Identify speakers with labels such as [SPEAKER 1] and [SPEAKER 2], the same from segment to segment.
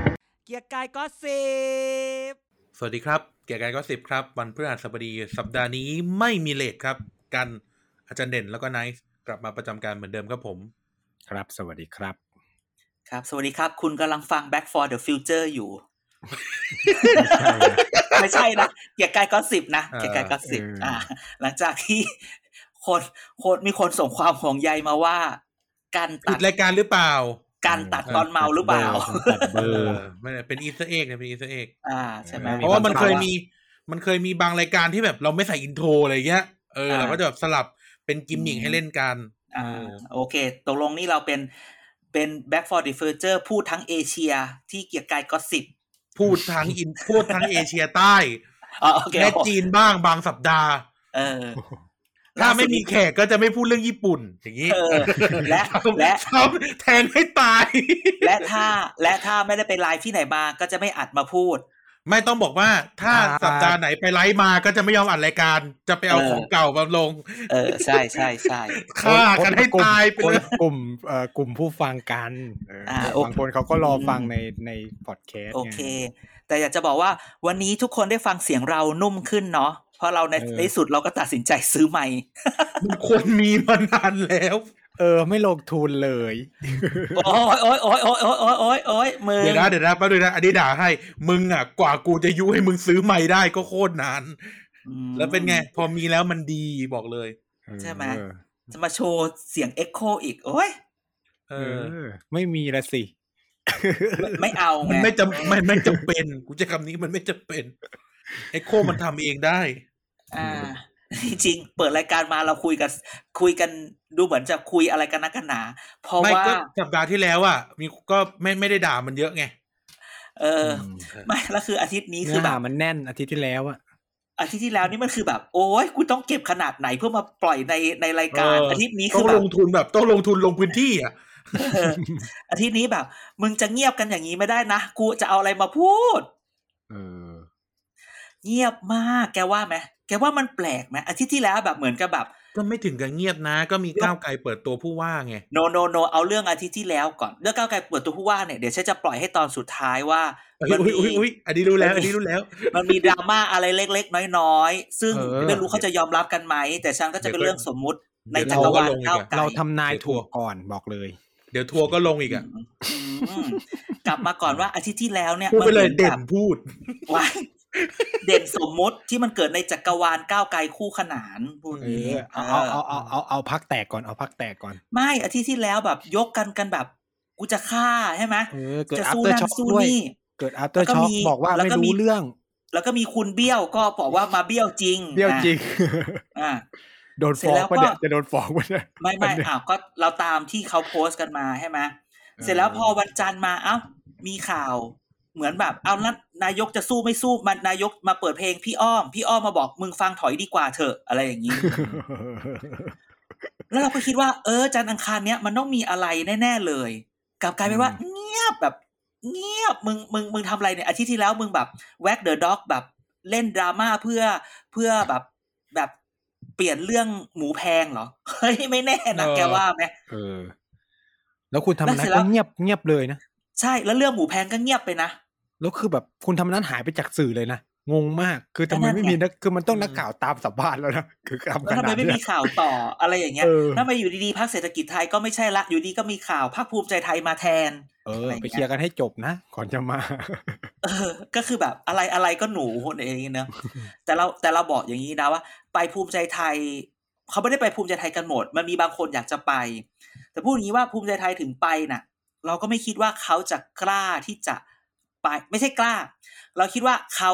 [SPEAKER 1] ายก็สิบ
[SPEAKER 2] สวัสดีครับ เกียร์กายก็สิบครับ วันพฤหัสบดีสัปดาห์นี้ไม่มีเลทครับ กันอาจารย์เด่นแล้วก็ไนท์กลับมาประจำการเหมือนเดิมครับผม
[SPEAKER 3] ครับ สวัสดีครับ
[SPEAKER 4] ครับ สวัสดีครับ คุณกำลังฟัง Back for the Future อยู่ ไม่ใช่นะ เกียร์กายก็สิบนะ
[SPEAKER 2] เออ
[SPEAKER 4] เกียร์กายก็สิบ
[SPEAKER 3] เอออ่
[SPEAKER 4] อ่า หลังจากที่ คนคนมีคนส่งความห่วงใยมาว่า การ
[SPEAKER 2] ปิ
[SPEAKER 4] ตัด
[SPEAKER 2] ดรายการหรือเปล่า
[SPEAKER 4] การตัดตอนเมาหรือเปล่า
[SPEAKER 3] ตัดเบอร์
[SPEAKER 2] ไม่ได้เป็นอีสเตอร์เอ็กนะเป็นอีสเตอร์เอ็ก
[SPEAKER 4] อ่า ใช่ไหม
[SPEAKER 2] เพราะว่ามันเคย
[SPEAKER 4] มี
[SPEAKER 2] มีมันเคยมีบางรายการที่แบบเราไม่ใส่อินโทรอะไรเงี้ยเออ
[SPEAKER 4] อ่า
[SPEAKER 2] เราก็จะแบบสลับเป็นกิมมิคให้เล่นกัน
[SPEAKER 4] อ่า
[SPEAKER 2] เออ
[SPEAKER 4] โอเค ตกลงนี่เราเป็นเป็น Back for the Future พูดทั้งเอเชีย ที่เกียร์กายก็สิบ
[SPEAKER 2] พูดทั้งอินพูดทั้งเอเชียใต้
[SPEAKER 4] อ๋อโอเค
[SPEAKER 2] และจีนบ้างบางสัปดาห์
[SPEAKER 4] เออ
[SPEAKER 2] ถ้าไม่มีแขกก็จะไม่พูดเรื่องญี่ปุ่น อย่างนี้
[SPEAKER 4] เออ และและ
[SPEAKER 2] ซ้ำแทงให้ตาย
[SPEAKER 4] และถ้าและถ้าไม่ได้ไปไลฟ์ที่ไหนมาก็จะไม่อัดมาพูด
[SPEAKER 2] ไม่ต้องบอกว่าถ้า
[SPEAKER 3] อ่า
[SPEAKER 2] สัปดาห์ไหนไปไลฟ์มาก็จะไม่ยอมอัดรายการ จะไปเอา
[SPEAKER 4] เออ
[SPEAKER 2] ของเก่ามาลง
[SPEAKER 4] เออ ใช่ใช่ใช่
[SPEAKER 2] ฆ่ากันให้ตายไป
[SPEAKER 3] คน
[SPEAKER 2] เลย
[SPEAKER 3] ละกลุ่มเอ่อกลุ่มผู้ฟังกันเอออา
[SPEAKER 4] โอเค
[SPEAKER 3] บางคนเขาก็รอฟังในในพอดแคสต์
[SPEAKER 4] โอ
[SPEAKER 3] ไง
[SPEAKER 4] เค แต่อยากจะบอกว่าวันนี้ทุกคนได้ฟังเสียงเรานุ่มขึ้นเนาะเพราะเราใน
[SPEAKER 3] เออ
[SPEAKER 4] ในสุดเราก็ตัดสินใจซื้อใหม่
[SPEAKER 2] มันควรมีมานานแล้ว
[SPEAKER 3] เออ ไม่ลงทุนเลย
[SPEAKER 4] โอ้ยโอ้ยโอ้ยโอ้ยโอ้ยโอ้ยโอ้ยโอ้ยมือ
[SPEAKER 2] เดี๋ยวนะเดี๋ยวนะแป๊บนึงนะอันนี้ด่าให้ มึงอ่ะ กว่ากูจะยุให้มึงซื้อใหม่ได้ก็โคตรนาน
[SPEAKER 4] อืม
[SPEAKER 2] แล้วเป็นไง พอมีแล้วมันดีบอกเลย
[SPEAKER 4] ใช่ไหม จะมาโชว์เสียงเอ็กโคอีก โอ้ย
[SPEAKER 2] เอ
[SPEAKER 3] เอ
[SPEAKER 2] อ
[SPEAKER 3] อ ไม่มีละสิ
[SPEAKER 4] ไม่เอาไง
[SPEAKER 2] มันไม่จำไม่ไม่จำเป็นกูจะคำนี้มันไม่จำเป็นไอโคมันทำเองได้
[SPEAKER 4] อ่าจริงๆเปิดรายการมาเราคุยกันคุยกันดูเหมือนจะคุยอะไรกันนักกันหนา เพราะ
[SPEAKER 2] ไม่
[SPEAKER 4] ว่า
[SPEAKER 2] ก็สัปดาห์ที่แล้วอ่ะมีก็ไม่ไม่ได้ด่ามันเยอะไง
[SPEAKER 4] เออไม่แล้วคืออาทิตย์นี้
[SPEAKER 3] เนื้
[SPEAKER 4] คืออแบ
[SPEAKER 3] หา
[SPEAKER 4] บ
[SPEAKER 3] มันแน่นอาทิตย์ที่แล้วอะ
[SPEAKER 4] อาทิตย์ที่แล้วนี่มันคือแบบ โอ้ยกูต้องเก็บขนาดไหนเพื่อมาปล่อยในในรายการ
[SPEAKER 2] เอออ
[SPEAKER 4] อาทิตย์นี้
[SPEAKER 2] ต้
[SPEAKER 4] คือ อง แบ
[SPEAKER 2] ล
[SPEAKER 4] บ
[SPEAKER 2] งทุนแบบต้องลงทุนลงพื้นที่อ่ะ
[SPEAKER 4] เอออาทิตย์นี้แบบ มึงจะเงียบกันอย่างนี้ไม่ได้นะกูจะเอาอะไรมาพูด
[SPEAKER 3] เออ
[SPEAKER 4] เงียบมากแกว่าไหมแกว่ามันแปลกไหมอาทิตย์ที่แล้วแบบเหมือนกับแบบ
[SPEAKER 2] ก็ไม่ถึงกับเงียบนะ ก็มีก้าวไกลเปิดตัวผู้ว่าไง
[SPEAKER 4] no no no เอาเรื่องอาทิตย์ที่แล้วก่อนเรื่องก้าวไกลเปิดตัวผู้ว่าเนี่ยเดี๋ยวฉันจะปล่อยให้ตอนสุดท้ายว่า
[SPEAKER 2] อุ้
[SPEAKER 4] มั
[SPEAKER 2] ย
[SPEAKER 4] น
[SPEAKER 2] อุ้ย
[SPEAKER 4] มี
[SPEAKER 2] อุ้ยอุ้ยอันนี้รู้แล้วอันนี้รู้แล้ว
[SPEAKER 4] มันมีดราม่าอะไรเล็กๆ น้อยๆ ซึ่ง
[SPEAKER 3] เออ
[SPEAKER 4] ไม่รู้เขาจะยอมรับกันไหมแต่ฉันก็จะเป็นเรื่องสมมุติใน
[SPEAKER 2] เดี๋
[SPEAKER 4] จั
[SPEAKER 2] ย
[SPEAKER 4] กร
[SPEAKER 2] วเราก็
[SPEAKER 4] วาล
[SPEAKER 2] ลงอีกอะ
[SPEAKER 4] ก้าวไกล
[SPEAKER 3] เราทำนายถูกก่อนบอกเลย
[SPEAKER 2] เดี๋ยวทัวร์ก็ลงอีกอ่ะ
[SPEAKER 4] อืมกลับมาก่อนว่าอาทิตย์ที่แล้วเนี่ย
[SPEAKER 2] พูดไปเลย
[SPEAKER 4] มั
[SPEAKER 2] เด่
[SPEAKER 4] ห
[SPEAKER 2] น
[SPEAKER 4] มือ
[SPEAKER 2] พูด
[SPEAKER 4] แบบว่า เด่นสมมติที่มันเกิดในจักรวาลก้าวไกลคู่ขนานพวก
[SPEAKER 3] เอ
[SPEAKER 4] นี้
[SPEAKER 3] อ เอาเอาเอาเอาเอาเอาพักแตกก่อนเอาพักแตกก่อน
[SPEAKER 4] ไม่อาทิตย์ที่แล้วแบบยกกันกันแบบ กูจะฆ่าใช่ไหม
[SPEAKER 3] เออ เกิด
[SPEAKER 4] จะ
[SPEAKER 3] อัป
[SPEAKER 4] สู้
[SPEAKER 3] เตอร์
[SPEAKER 4] นั่น
[SPEAKER 3] ช็อค
[SPEAKER 4] สู้
[SPEAKER 3] ด้วย
[SPEAKER 4] นี่
[SPEAKER 3] เกิดอัปเตอ
[SPEAKER 4] แล้ว
[SPEAKER 3] ร์
[SPEAKER 4] ก็
[SPEAKER 3] ช็อค
[SPEAKER 4] มี
[SPEAKER 3] บอกว่า
[SPEAKER 4] แล้ว
[SPEAKER 3] ไม่
[SPEAKER 4] ก็มี
[SPEAKER 3] รู้เรื่อง
[SPEAKER 4] แล้วก็มีคุณเบี้ยวก็บอกว่ามาเบี้ยวจริง
[SPEAKER 3] เบี้ยวจริง
[SPEAKER 4] อ่า
[SPEAKER 3] โดน
[SPEAKER 4] เสร็จ
[SPEAKER 3] ฟ้อง
[SPEAKER 4] แล้ว
[SPEAKER 3] ปะเนี่ย
[SPEAKER 4] ก็
[SPEAKER 3] จะโดนฟ้องปะเนี่ย
[SPEAKER 4] ไม่ไม่อ้าวก็เราตามที่เขาโพสต์กันมาใช่ไหม
[SPEAKER 3] ออ
[SPEAKER 4] เสร็จแล้วพอวันจันทร์มาเอ้ามีข่าว เหมือนแบบเอานัดนายกจะสู้ไม่สู้มันนายกมาเปิดเพลงพี่อ้อม พี่อ้อมมาบอกมึงฟังถอยดีกว่าเถอะอะไรอย่าง นี้ แล้วเราก็คิดว่าเออจันทร์อังคารเนี้ยมันต้องมีอะไรแน่ๆเลยกลับกลายเป็นว่า เงียบแบบ เงียบมึงมึงมึงทำอะไรเนี่ยอาทิตย์ที่แล้วมึงแบบแว็กเดอะด็อกแบบเล่นดราม่าเพื่อเพื่อแบบแบบเปลี่ยนเรื่องหมูแพงเหรอเฮ้ยไม่แน่นะ
[SPEAKER 2] เออ
[SPEAKER 4] แกว่าไหม
[SPEAKER 3] เออ แล้วคุณทำ
[SPEAKER 4] แล้ว
[SPEAKER 3] นั้
[SPEAKER 4] เสร็จ
[SPEAKER 3] น
[SPEAKER 4] แล้
[SPEAKER 3] ก็
[SPEAKER 4] ว
[SPEAKER 3] เงียบเงียบเลยนะ
[SPEAKER 4] ใช่แล้วเรื่องหมูแพงก็เงียบไปนะ
[SPEAKER 3] แล้วคือแบบคุณทำนั้นหายไปจากสื่อเลยนะ งงมาก คือทำไม
[SPEAKER 4] นั่น
[SPEAKER 3] ไม่
[SPEAKER 4] ไง
[SPEAKER 3] มีนัก คือมันต้องนักข่าวตามสัมภาษณ์แล้วนะ คือทำข
[SPEAKER 4] แล้วทำ
[SPEAKER 3] นา
[SPEAKER 4] ไม
[SPEAKER 3] ด
[SPEAKER 4] ไม่
[SPEAKER 3] เนี้
[SPEAKER 4] มี
[SPEAKER 3] ย
[SPEAKER 4] ข่าวต่อ อะไรอย่างเงี้ย
[SPEAKER 3] เออ
[SPEAKER 4] ทำไมอยู่ดีๆพักเศรษฐกิจไทยก็ไม่ใช่ละ อยู่ดีก็มีข่าวพักภูมิใจไทยมาแทน
[SPEAKER 3] เออ ไปเคลียร์กันให้จบนะ ก่อนจะมา
[SPEAKER 4] เออ ก็คือแบบอะไรอะไรก็หนูคนเองเน อะแต่เราแต่เราบอกอย่างนี้นะว่า ไปภูมิใจไทยเขาไม่ได้ไปภูมิใจไทยกันหมด มันมีบางคนอยากจะไป แต่พูดอย่างนี้ว่าภูมิใจไทยถึงไปน่ะ เราก็ไม่คิดว่าเขาจะกล้าที่จะไปไม่ใช่กล้า เราคิดว่าเขา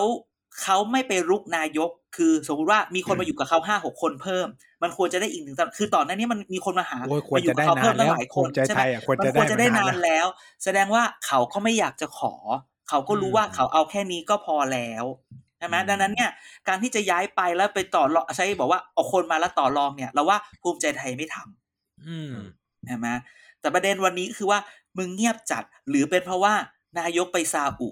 [SPEAKER 4] เขาไม่ไปรุกนายก คือสมมติว่ามีคนมาอยู่กับเขาห้าหกคนเพิ่ม มันควรจะได้อีกหนึ่งตำแหน่งคือตอนหนั้นนี่ยมันมีคนมาหา
[SPEAKER 3] โอ้ยควร
[SPEAKER 4] มาอยู่
[SPEAKER 3] จะได้
[SPEAKER 4] กับเข
[SPEAKER 3] นาน
[SPEAKER 4] เพิ่มตั้ง
[SPEAKER 3] แล้ว
[SPEAKER 4] หลายค
[SPEAKER 3] ภู
[SPEAKER 4] น
[SPEAKER 3] มิใจ
[SPEAKER 4] ใช่
[SPEAKER 3] ไท
[SPEAKER 4] ไหม
[SPEAKER 3] ยอ่ะควร
[SPEAKER 4] มัน
[SPEAKER 3] จะ
[SPEAKER 4] ควรจะได้
[SPEAKER 3] ได้ม
[SPEAKER 4] นาน
[SPEAKER 3] แล้ว
[SPEAKER 4] แล้ว แสดงว่าเขาก็ไม่อยากจะขอ เขาก็รู้
[SPEAKER 3] อืม
[SPEAKER 4] ว่าเขาเอาแค่นี้ก็พอแล้วใช่ไหมดังนั้นเนี่ย การที่จะย้ายไปแล้วไปต่อรองใช้บอกว่าเอาคนมาแล้วต่อรองเนี่ยเราว่าภูมิใจไทยไม่ท
[SPEAKER 2] อืม
[SPEAKER 4] ำใช่ไหมแต่ประเด็นวันนี้คือว่ามึงเงียบจัดหรือเป็นเพราะว่านายกไปซาอุ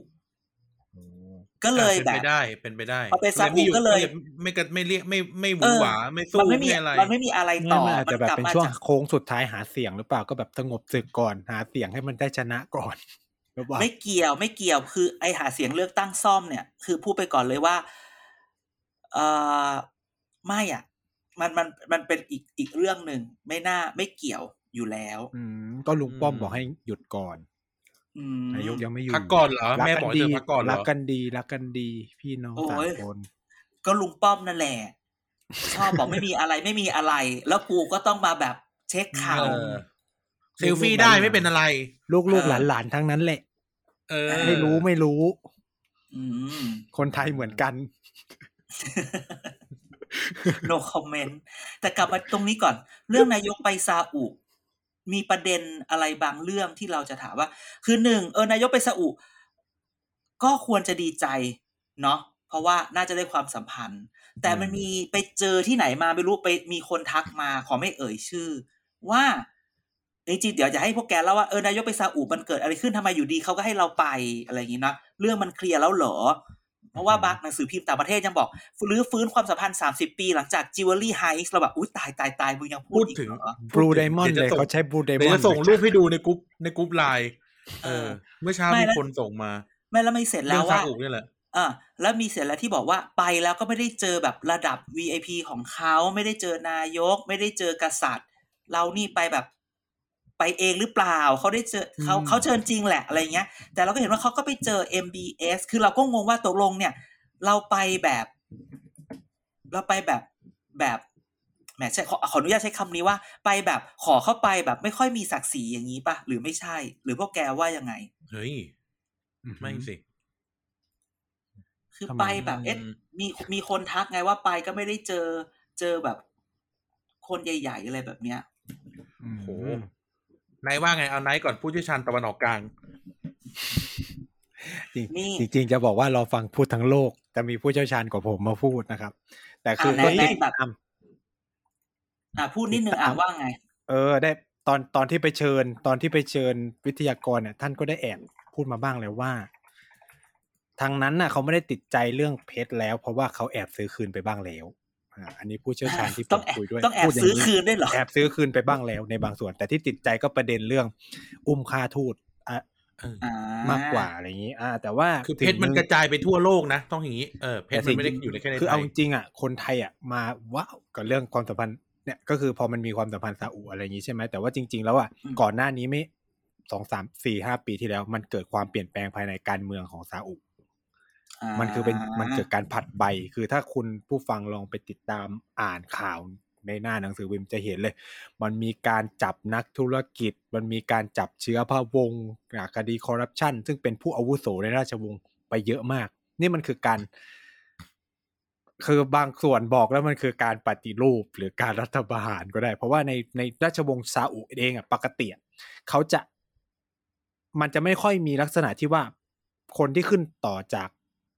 [SPEAKER 4] ก็เลย
[SPEAKER 2] เป็น
[SPEAKER 4] แบบ
[SPEAKER 2] ไปได้เป็นไปได้
[SPEAKER 4] พอไปซาอุ
[SPEAKER 2] ไม่หยุด
[SPEAKER 4] ก็เลย
[SPEAKER 2] ไม่กระไม่เรียกไม่ไม่หวื
[SPEAKER 4] เอ
[SPEAKER 2] อ
[SPEAKER 4] อ
[SPEAKER 2] หวาไม่สู้
[SPEAKER 4] มันไม่มี
[SPEAKER 2] ไม่อะไร
[SPEAKER 4] มันไม่มีอะไร
[SPEAKER 3] ไม่
[SPEAKER 4] ต่อ
[SPEAKER 3] มันอาจจะแบบ
[SPEAKER 4] กลั
[SPEAKER 3] เป็น
[SPEAKER 4] มา
[SPEAKER 3] ช่วง
[SPEAKER 4] จาก
[SPEAKER 3] โค้งสุดท้ายหาเสียงหรือเปล่าก็แบบสงบศึกก่อนหาเสียงให้มันได้ชนะก่อน เอ แบบว่า
[SPEAKER 4] ไม่เกี่ยวไม่เกี่ยวคือไอหาเสียงเลือกตั้งซ่อมเนี่ย คือพูดไปก่อนเลยว่าเออไม่อ่ะ มันมันมันเป็นอีกอีกเรื่องหนึ่งไม่น่าไม่เกี่ยวอยู่แล้ว
[SPEAKER 3] อืมก็ลุงป้อมบอกให้หยุดก่อน
[SPEAKER 4] อืม
[SPEAKER 3] นายกยังไม่หยุด
[SPEAKER 2] พักก่อนเหรอแม่บอกให้เธอพักก่อนเหร
[SPEAKER 3] รั
[SPEAKER 2] อ
[SPEAKER 3] กกันดีรักกันดี พี่น้องสาม
[SPEAKER 4] โอ้ย
[SPEAKER 3] คน
[SPEAKER 4] ก็ลุงป้อมนั่นแหละ ชอบบอกไม่มีอะไรไม่มีอะไร แล้วกูก็ต้องมาแบบเช็คข่าว
[SPEAKER 2] เออ เซลฟี่ได้ไม่เป็นอะไร
[SPEAKER 3] ลูกๆ
[SPEAKER 4] เอ
[SPEAKER 3] ห
[SPEAKER 4] อ
[SPEAKER 3] ลานๆทั้งนั้นแหละ
[SPEAKER 2] เออ
[SPEAKER 3] ไม่รู้ไม่รู้
[SPEAKER 4] อืม
[SPEAKER 3] คนไทยเหมือนกัน
[SPEAKER 4] no comment แต่กลับมาตรงนี้ก่อน เรื่องนายกไปซาอุมีประเด็นอะไรบางเรื่องที่เราจะถามว่า คือหนึ่งเออนายกไปซาอุ ก็ควรจะดีใจเนาะเพราะว่าน่าจะได้ความสัมพันธ์ แต่มันมีไปเจอที่ไหนมาไม่รู้ไปมีคนทักมาขอไม่เอ่ยชื่อ ว่าจริงๆเดี๋ยวจะให้พวกแกเล่าว่าเออนายกไปซาอุมันเกิดอะไรขึ้นทำไมอยู่ดีเขาก็ให้เราไปอะไรอย่างนี้นะเรื่องมันเคลียร์แล้วเหรอ เพราะว่าบางหนังสือพิมพ์ต่างประเทศยังบอกรื้อฟื้นความสัมพันธ์ 30 ปีหลังจากจิวเวลรี่ไฮส์เราแบบอุ้ยตายตายตายมึงยังพู
[SPEAKER 2] พู
[SPEAKER 4] ด
[SPEAKER 2] ด
[SPEAKER 4] อีก
[SPEAKER 2] ถึง
[SPEAKER 4] เหรอ
[SPEAKER 3] บลูไดมอนด์
[SPEAKER 2] ดี๋
[SPEAKER 3] เล
[SPEAKER 2] วย จะส่ง
[SPEAKER 3] เขาใช้บลูไดม
[SPEAKER 2] เดี๋ย
[SPEAKER 3] อ
[SPEAKER 2] วน จะ
[SPEAKER 3] ด์
[SPEAKER 2] ส่งรูปให้ดูในกรุ๊ปในกรุ๊ปไลน์
[SPEAKER 4] เอ
[SPEAKER 2] เอ
[SPEAKER 4] อ
[SPEAKER 2] อ เมื่อเช้า
[SPEAKER 4] ไม่
[SPEAKER 2] มี
[SPEAKER 4] แล้ว
[SPEAKER 2] คนส่งมา
[SPEAKER 4] ไม่แล้วไม่เสร็จ
[SPEAKER 2] เรื่
[SPEAKER 4] แล้
[SPEAKER 2] อ
[SPEAKER 4] ว
[SPEAKER 2] งซา
[SPEAKER 4] ว่า
[SPEAKER 2] อุเนี่ยแหละ
[SPEAKER 4] อ่าแล้วมีเสร็จแล้วที่บอกว่าไปแล้วก็ไม่ได้เจอแบบระดับ VIP ของเขาไม่ได้เจอนายก ไม่ได้เจอกษัตริย์ เรานี่ไปแบบ ไปเองหรือเปล่าเขาได้เจอเขาเขาเชิญจริงแหละอะไรเงี้ย แต่เราก็เห็นว่าเขาก็ไปเจอ MBS คือเราก็งงว่าตกลงเนี่ย เราไปแบบ เราไปแบบแบบแหมใช่ขอขออนุญาตใช้คำนี้ว่า ไปแบบขอเข้าไปแบบไม่ค่อยมีศักดิ์ศรีอย่างนี้ปะหรือไม่ใช่ หรือพวกแกว่ายังไง
[SPEAKER 2] เฮ้ย
[SPEAKER 3] อือหือ
[SPEAKER 2] ไม่สิ
[SPEAKER 4] คือ
[SPEAKER 3] ทำไม
[SPEAKER 4] ไปแบบเอ๊ะมีมีคนทักไงว่าไปก็ไม่ได้เจอเจอแบบ คนใหญ่ๆอะไรแบบเนี้ย
[SPEAKER 3] อืม
[SPEAKER 2] โหนายว่าไงเอาไนท์ก่อนผู้เชี่ยวชาญตะวันออกกลาง
[SPEAKER 3] จริง
[SPEAKER 4] นี่
[SPEAKER 3] จริงๆจะบอกว่ารอฟังพูดทั้งโลกจะมีผู้เชี่ยวชาญกว่าผมมาพูดนะครับ แต่คือ
[SPEAKER 4] อ่ะ
[SPEAKER 3] ก็
[SPEAKER 4] ไหนๆ
[SPEAKER 3] ติด
[SPEAKER 4] แบบ
[SPEAKER 3] ตาม
[SPEAKER 4] อ่ะพูดนิดนึงอ่ะว่าไง
[SPEAKER 3] เออได้ตอนตอนที่ไปเชิญ ตอนที่ไปเชิญวิทยากรเนี่ย ท่านก็ได้แอบพูดมาบ้างแล้วว่า ทางนั้นน่ะเขาไม่ได้ติดใจเรื่องเพชรแล้ว เพราะว่าเขาแอบซื้อคืนไปบ้างแล้วอ่าอันนี้ผู้เชี่ยวชาญที่ผ
[SPEAKER 4] ต้อ
[SPEAKER 3] ม
[SPEAKER 4] งแอบ
[SPEAKER 3] คุยด้วย
[SPEAKER 4] ต้องแอบ
[SPEAKER 3] พูดย่า
[SPEAKER 4] ซื้อ
[SPEAKER 3] นี้
[SPEAKER 4] คืนด้วยเหรอ
[SPEAKER 3] แอบซื้อคืนไปบ้างแล้วในบางส่วน แต่ที่ติดใจก็ประเด็นเรื่อง อุ้มค่าทูตอ่ะ
[SPEAKER 4] อ่าม
[SPEAKER 3] ากกว่าอะไรอย่างนี้ อ่า แต่ว่า
[SPEAKER 2] คือเพชรมันกระจายไปทั่วโลกนะ ต้องอย่างนี้ เออ เพชรมันไม่ได้อยู่ในแค่ใน
[SPEAKER 3] คือ
[SPEAKER 2] ไท
[SPEAKER 3] เอา
[SPEAKER 2] ย
[SPEAKER 3] จริงๆอ่ะคนไทยอ่ะมาว้าวกับเรื่องความสัมพันธ์เนี่ยก็คือพอมันมีความสัมพันธ์ซาอุอะไรอย่างนี้ใช่ไหมแต่ว่าจริง ๆ แล้วอ่ะ
[SPEAKER 4] อืม
[SPEAKER 3] ก่อนหน้านี้ไม่สองสามสี่ห้าปีที่แล้วมันเกิดความเปลี่ยนแปลงภายในการเมืองของซาอุ มันคือเป็นมันเกิดการผัดใบ คือถ้าคุณผู้ฟังลองไปติดตามอ่านข่าวในหน้าหนังสือพิมพ์จะเห็นเลย มันมีการจับนักธุรกิจ มันมีการจับเชื้อพระวงศ์อ่ะคดีคอร์รัปชันซึ่งเป็นผู้อาวุโสในราชวงศ์ไปเยอะมาก นี่มันคือการ คือบางส่วนบอกแล้วมันคือการปฏิรูปหรือการรัฐประหารก็ได้ เพราะว่าในในราชวงศ์ซาอุเองอ่ะปกติอะเขาจะ มันจะไม่ค่อยมีลักษณะที่ว่าคนที่ขึ้นต่อจาก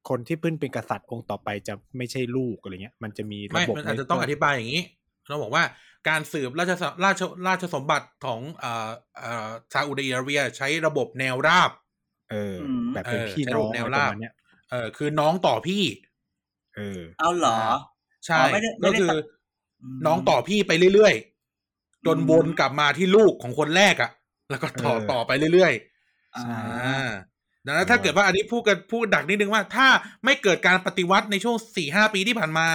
[SPEAKER 3] คนที่เพิ่งเป็นกษัตริย์องค์ต่อไปจะไม่ใช่ลูกอะไรเงี้ย มันจะมีระ
[SPEAKER 2] ไม่
[SPEAKER 3] บบ
[SPEAKER 2] มันอาจจะต้องอธิบายอย่างนี้ เราบอกว่าการสืบราชสราชราชสมบัติของเอ่อเอ่อซาอุดิอาระเบียใช้ระบบแนวราบ
[SPEAKER 3] เออ
[SPEAKER 4] อืม
[SPEAKER 3] แบบเป็น
[SPEAKER 2] เออ
[SPEAKER 3] พี่
[SPEAKER 2] ใช้ระบ
[SPEAKER 3] น้อบ ง
[SPEAKER 2] แนว
[SPEAKER 3] อะไร
[SPEAKER 2] รา
[SPEAKER 3] ป
[SPEAKER 2] บ
[SPEAKER 3] ระมาณเนี้ย
[SPEAKER 2] เออคือน้องต่อพี่
[SPEAKER 3] เออ
[SPEAKER 4] เอาเหรอ
[SPEAKER 2] ใช่
[SPEAKER 4] อ๋อไม่ได้ไม่
[SPEAKER 2] ก็
[SPEAKER 4] ได้
[SPEAKER 2] คือ
[SPEAKER 4] ตัดม
[SPEAKER 2] น้องต่อพี่ไปเรื่อยๆ จน
[SPEAKER 4] อืม
[SPEAKER 2] วนกลับมาที่ลูกของคนแรกอะ่ะ แล้วก็ต่อ
[SPEAKER 3] เออ
[SPEAKER 2] ต่อไปเรื่อยๆ
[SPEAKER 4] อ่า
[SPEAKER 2] อ่าดังนั้นถ้าเกิดว่าอันนี้พูดกันพูดดักนิดนึงว่า ถ้าไม่เกิดการปฏิวัติในช่วงสี่ห้าปีที่ผ่านมา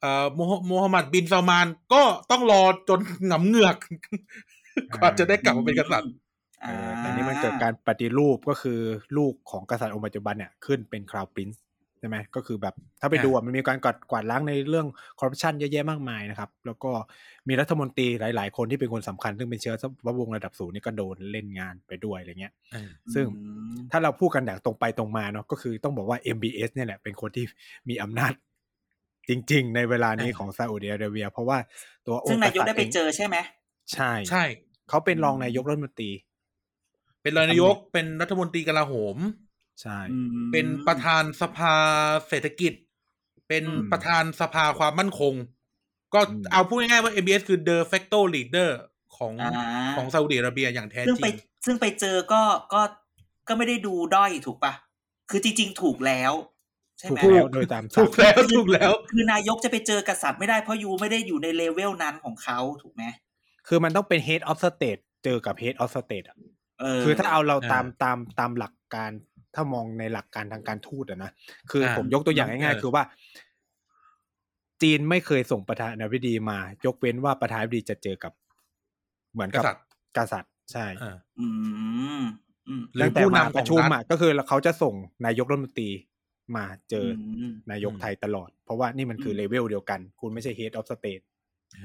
[SPEAKER 2] เอ่อโมฮัมโมฮัมหมัดบินซามานก็ต้องรอจนหงำเหงือก กว่าจะได้กลับมาเป็นกษัตริย์
[SPEAKER 3] เออแต่นี่มันเกิดการปฏิรูปก็คือลูกของกษัตริย์องค์ปัจจุบันเนี่ยขึ้นเป็นคราวปรินซ์ใช่ไหมก็คือแบบถ้าไปดูอะมันมีการกวาดกวาดล้างในเรื่องคอร์รัปชันเยอะแยะมากมายนะครับ แล้วก็มีรัฐมนตรีหลาย ๆ คนที่เป็นคนสำคัญ ซึ่งเป็นเชื้อพระวงศ์ระดับสูงนี่ก็โดนเล่นงานไปด้วยอะไรเงี้ย ซึ่ง ถ้าเราพูดกันอย่างตรงไปตรงมาเนาะก็คือต้องบอกว่า MBS เนี่ยแหละเป็นคนที่มีอำนาจจริง ๆ ในเวลานี้
[SPEAKER 2] อ่า
[SPEAKER 3] ของซาอุดิอาระเบีย เพราะว่าตัวอง
[SPEAKER 4] ซึ่ง
[SPEAKER 3] ค์ก
[SPEAKER 4] นายก
[SPEAKER 3] ษัตริ
[SPEAKER 4] ได้
[SPEAKER 3] ย์
[SPEAKER 4] ไป
[SPEAKER 3] เอง
[SPEAKER 4] เจอใช่ไหม
[SPEAKER 3] ใช่
[SPEAKER 2] ใช่
[SPEAKER 3] เขาเป็นรองนายกรัฐมนตรี
[SPEAKER 2] เป็นรองนายกเป็นรัฐมนตรีกลาโหม
[SPEAKER 3] ใช่
[SPEAKER 4] อืม
[SPEAKER 2] เป็นประธานสภาเศรษฐกิจ เป็น
[SPEAKER 4] อืม
[SPEAKER 2] ประธานสภาความมั่นคง ก็
[SPEAKER 3] อืม
[SPEAKER 2] เอาพูดง่ายๆว่า MBS คือ de facto leader ของ
[SPEAKER 4] อ่า
[SPEAKER 2] ของซาอุดิอาระเบียอย่างแท้จ
[SPEAKER 4] ซึ่ง
[SPEAKER 2] ริ
[SPEAKER 4] ไป
[SPEAKER 2] ง
[SPEAKER 4] ซึ่งไปเจอก็ก็ก็ไม่ได้ดูด้อยถูกปะคือจริง ๆ ถูกแล้ว ใช่
[SPEAKER 3] ถู
[SPEAKER 4] ไห
[SPEAKER 3] ก
[SPEAKER 4] ม
[SPEAKER 3] แล้วโดยตามศั
[SPEAKER 2] ถู
[SPEAKER 3] พ
[SPEAKER 2] ก
[SPEAKER 3] ท์
[SPEAKER 2] แล้วถูกแล้ว
[SPEAKER 4] คือนายกจะไปเจอกษัตริย์ไม่ได้เพราะยูไม่ได้อยู่ในเลเวลนั้นของเขาถูกไหม
[SPEAKER 3] คือมันต้องเป็น head of state เจอกับ head of state อะ
[SPEAKER 4] เอ เออ
[SPEAKER 3] คือถ้าเอาเรา
[SPEAKER 2] เออ
[SPEAKER 3] ตามตามตามหลักการถ้ามองในหลักการทางการทูตอะนะคืออา ผมยกตัวอย่างง่าย
[SPEAKER 2] เออ
[SPEAKER 3] ๆ คือว่า จีนไม่เคยส่งประธานาธิบดีมา ยกเว้นว่าประธานาธิบดีจะเจอกับ เหมือน
[SPEAKER 2] ก
[SPEAKER 3] กับ
[SPEAKER 2] ษัตริย์
[SPEAKER 3] กษัตริย์ใช่
[SPEAKER 2] เออ
[SPEAKER 4] อืมอืม
[SPEAKER 2] หรือ
[SPEAKER 3] ตั้งแต่
[SPEAKER 2] ผู้
[SPEAKER 3] มาน
[SPEAKER 2] ำของรัฐ
[SPEAKER 3] ประชุมอะก็คือเขาจะส่งนายกรัฐมนตรีมาเจออ
[SPEAKER 4] ม
[SPEAKER 3] นายกไทยตลอด เพราะว่านี่มันคือเลเวลเดียวกัน คุณไม่ใช่ head of state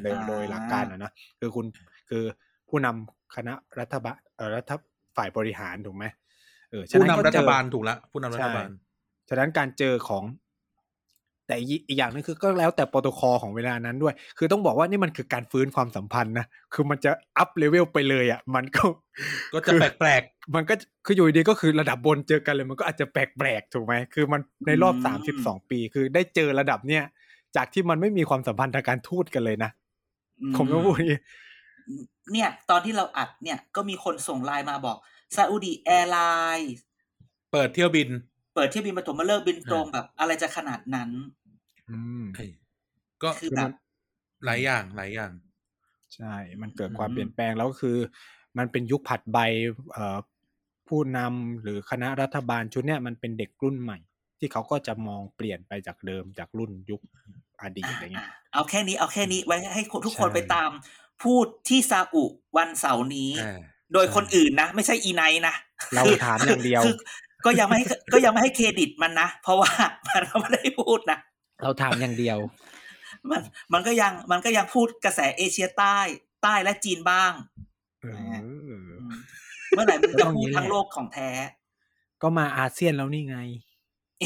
[SPEAKER 3] โดย
[SPEAKER 4] อ่า
[SPEAKER 3] โดยหลักการนะนะคือคุณคือผู้นำคณะรัฐบาลเอ่อรัฐฝ่ายบริหารถูกไหมเออฉะ
[SPEAKER 2] ผู้นำ
[SPEAKER 3] ก็เจอ
[SPEAKER 2] รัฐบาลถูกละผู้นำรัฐบาล
[SPEAKER 3] ใช่ฉะนั้นการเจอของ แต่อีกอีกอย่างหนึงคือก็แล้วแต่โปรโตคอลของเวลานั้นด้วย คือต้องบอกว่านี่มันคือการฟื้นความสัมพันธ์นะคือมันจะอัพเลเวลไปเลยอ่ะ มันก็
[SPEAKER 2] ก็จะแปลก
[SPEAKER 3] มันก็คืออยู่ดีๆก็คือระดับบนเจอกันเลย มันก็อาจจะแปลกๆถูกไหมคือมันในรอบ
[SPEAKER 4] อืม
[SPEAKER 3] สามสิบสองปี คือได้เจอระดับเนี้ยจากที่มันไม่มีความสัมพันธ์ทางการทูตกันเลยนะ
[SPEAKER 4] อื
[SPEAKER 3] ผมก็พูดอย่างงี้
[SPEAKER 4] เนี่ย ตอนที่เราอัดเนี่ยก็มีคนส่งไลน์มาบอกซาอุดีแอร์ไลน์
[SPEAKER 2] ๆ เปิดเที่ยวบิน
[SPEAKER 4] เปิดเที่ยวบินมาถมมาเลิกบินตรงแบบ อะไรจะขนาดนั้น
[SPEAKER 2] ก็
[SPEAKER 4] คือแบบ
[SPEAKER 2] หลายอย่างหลายอย่าง
[SPEAKER 3] ใช่ มันเกิดความ
[SPEAKER 2] อืม
[SPEAKER 3] เปลี่ยนแปลงแล้วก็คือ มันเป็นยุคผัดใบเอ่อผู้นำหรือคณะรัฐบาลชุดเนี้ยมันเป็นเด็กรุ่นใหม่ ที่เขาก็จะมองเปลี่ยนไปจากเดิมจากรุ่นยุคอดีตอะไรเงี้
[SPEAKER 4] อ่ะ
[SPEAKER 3] ย
[SPEAKER 4] เอาแค่นี้เอาแค่นี้ไว้ให้คนทุกคน
[SPEAKER 3] ใช่
[SPEAKER 4] ไปตาม พูดที่ซาอุวันเสาร์นี้
[SPEAKER 2] อ่า
[SPEAKER 4] โดยคนอื่นนะ ไม่ใช่อีไนท์นะ
[SPEAKER 3] เรา
[SPEAKER 4] คือ
[SPEAKER 3] ถามอย่างเดียว
[SPEAKER 4] คือก็ยังไม่ให้ก็ยังไม่ให้เครดิตมันนะ เพราะว่า มันก็ไม่ได้พูดนะ
[SPEAKER 3] เราถามอย่างเดียว
[SPEAKER 4] มันมันก็ยังมันก็ยังพูดกระแสเอเชียใต้ใต้และจีนบ้าง
[SPEAKER 3] เออ
[SPEAKER 4] อืมเมื่อไหร่มัน
[SPEAKER 3] ก็
[SPEAKER 4] จะ
[SPEAKER 3] ต้อง
[SPEAKER 4] พูด
[SPEAKER 3] อย่างนี้แหละ
[SPEAKER 4] ทั้งโลกของแท้
[SPEAKER 3] ก็มาอาเซียนแล้วนี่ไง